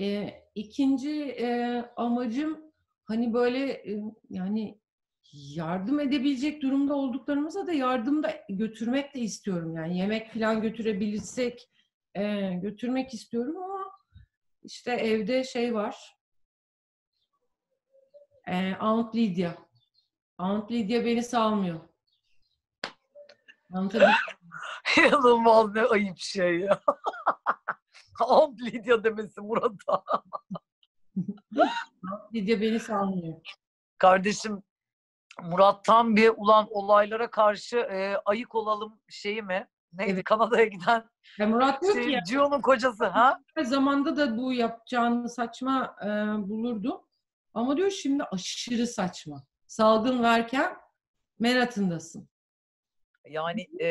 E, ikinci e, amacım hani böyle e, yani yardım edebilecek durumda olduklarımıza da yardım da götürmek de istiyorum. Yani yemek falan götürebilirsek e, götürmek istiyorum ama işte evde şey var. E, Aunt Lydia. Aunt Lydia beni salmıyor. Anlatabildim. İnanılmaz ne ayıp şey ya. Aunt Lydia demesi Murat'a. Lydia beni salmıyor. Kardeşim Murat tam bir ulan olaylara karşı e, ayık olalım şeyi mi? Neydi Evet. Kanada'ya giden Ya Murat diyor ki şey, Gio'nun kocası ha? her zamanda da bu yapacağını saçma e, bulurdum. Ama diyor şimdi aşırı saçma. Salgın varken Meratin'dasın. Yani e,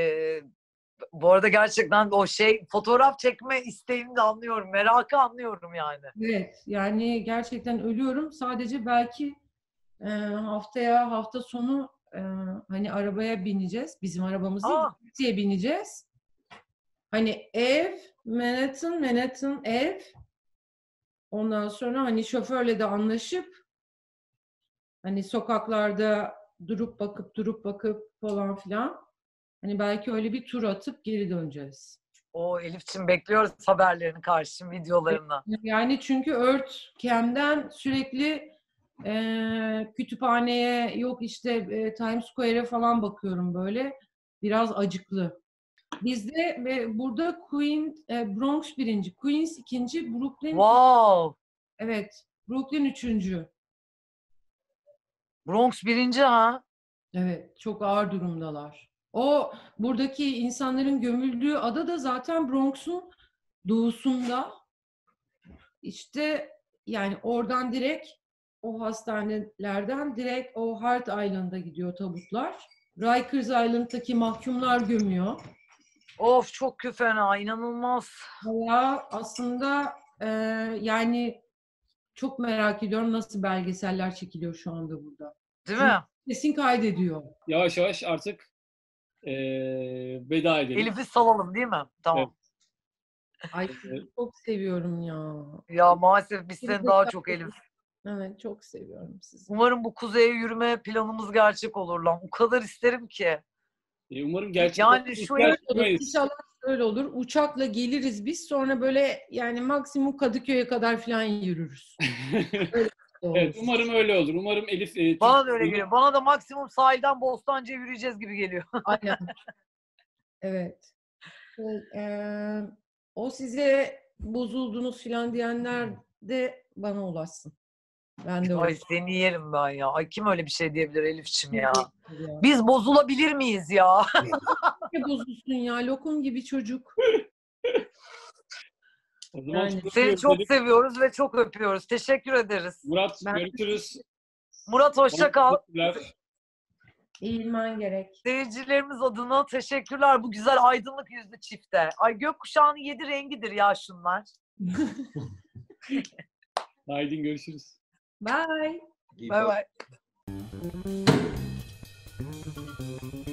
bu arada gerçekten o şey fotoğraf çekme isteğini de anlıyorum. Merakı anlıyorum yani. Evet yani gerçekten ölüyorum. Sadece belki e, haftaya hafta sonu e, hani arabaya bineceğiz. Bizim arabamız değil. Aa. taksiye bineceğiz. Hani ev, Manhattan, Manhattan ev. Ondan sonra hani şoförle de anlaşıp hani sokaklarda durup bakıp durup bakıp falan filan. Hani belki öyle bir tur atıp geri döneceğiz. O Elif'cim bekliyoruz haberlerini karşı videolarını. Yani çünkü ört kemden sürekli eee, kütüphaneye yok işte eee, Times Square'e falan bakıyorum böyle. Biraz acıklı. Bizde ve burada Queen eee, Bronx birinci, Queens ikinci, Brooklyn Wow. evet, Brooklyn üçüncü. Bronx birinci ha. Evet, çok ağır durumdalar. O buradaki insanların gömüldüğü ada da zaten Bronx'un doğusunda. İşte yani oradan direkt o hastanelerden direkt o Hart Island'a gidiyor tabutlar. Rikers Island'daki mahkumlar gömüyor. Of çok fena inanılmaz. Bayağı aslında e, yani çok merak ediyorum nasıl belgeseller çekiliyor şu anda burada. Değil mi? Kesin kaydediyor. Yavaş yavaş artık eee veda edelim. Elif'i salalım değil mi? Tamam. Ay çok seviyorum ya. Ya maalesef biz seni daha çok Elif Evet çok seviyorum sizi. Umarım bu kuzeye yürüme planımız gerçek olur lan. O kadar isterim ki. E, umarım gerçek Yani şu gerçek Olur, olmayız. İnşallah öyle olur. Uçakla geliriz biz sonra böyle yani maksimum Kadıköy'e kadar falan yürürüz. Doğru. evet, umarım öyle olur. Umarım Elif... e, Bana da Türk- öyle geliyor. Bana da maksimum sahilden Bostancı'ya yürüyeceğiz gibi geliyor. Aynen. Evet. Şey, eee, o size bozuldunuz falan diyenler de bana ulaşsın. Ben de Ay ulaşırım seni yerim ben ya. Ay kim öyle bir şey diyebilir Elif'çim ya. ya. Biz bozulabilir miyiz ya? Ne bozulsun ya lokum gibi çocuk. O zaman Yani. çok Seni çok görüşürüz. seviyoruz ve çok öpüyoruz. Teşekkür ederiz. Murat Ben- görüşürüz. Murat hoşça kal. Teşekkürler. Eğilmen gerek. Seyircilerimiz adına teşekkürler bu güzel aydınlık yüzlü çifte. Ay gökkuşağının yedi rengidir ya şunlar. Haydi görüşürüz. Bye. Bay bay.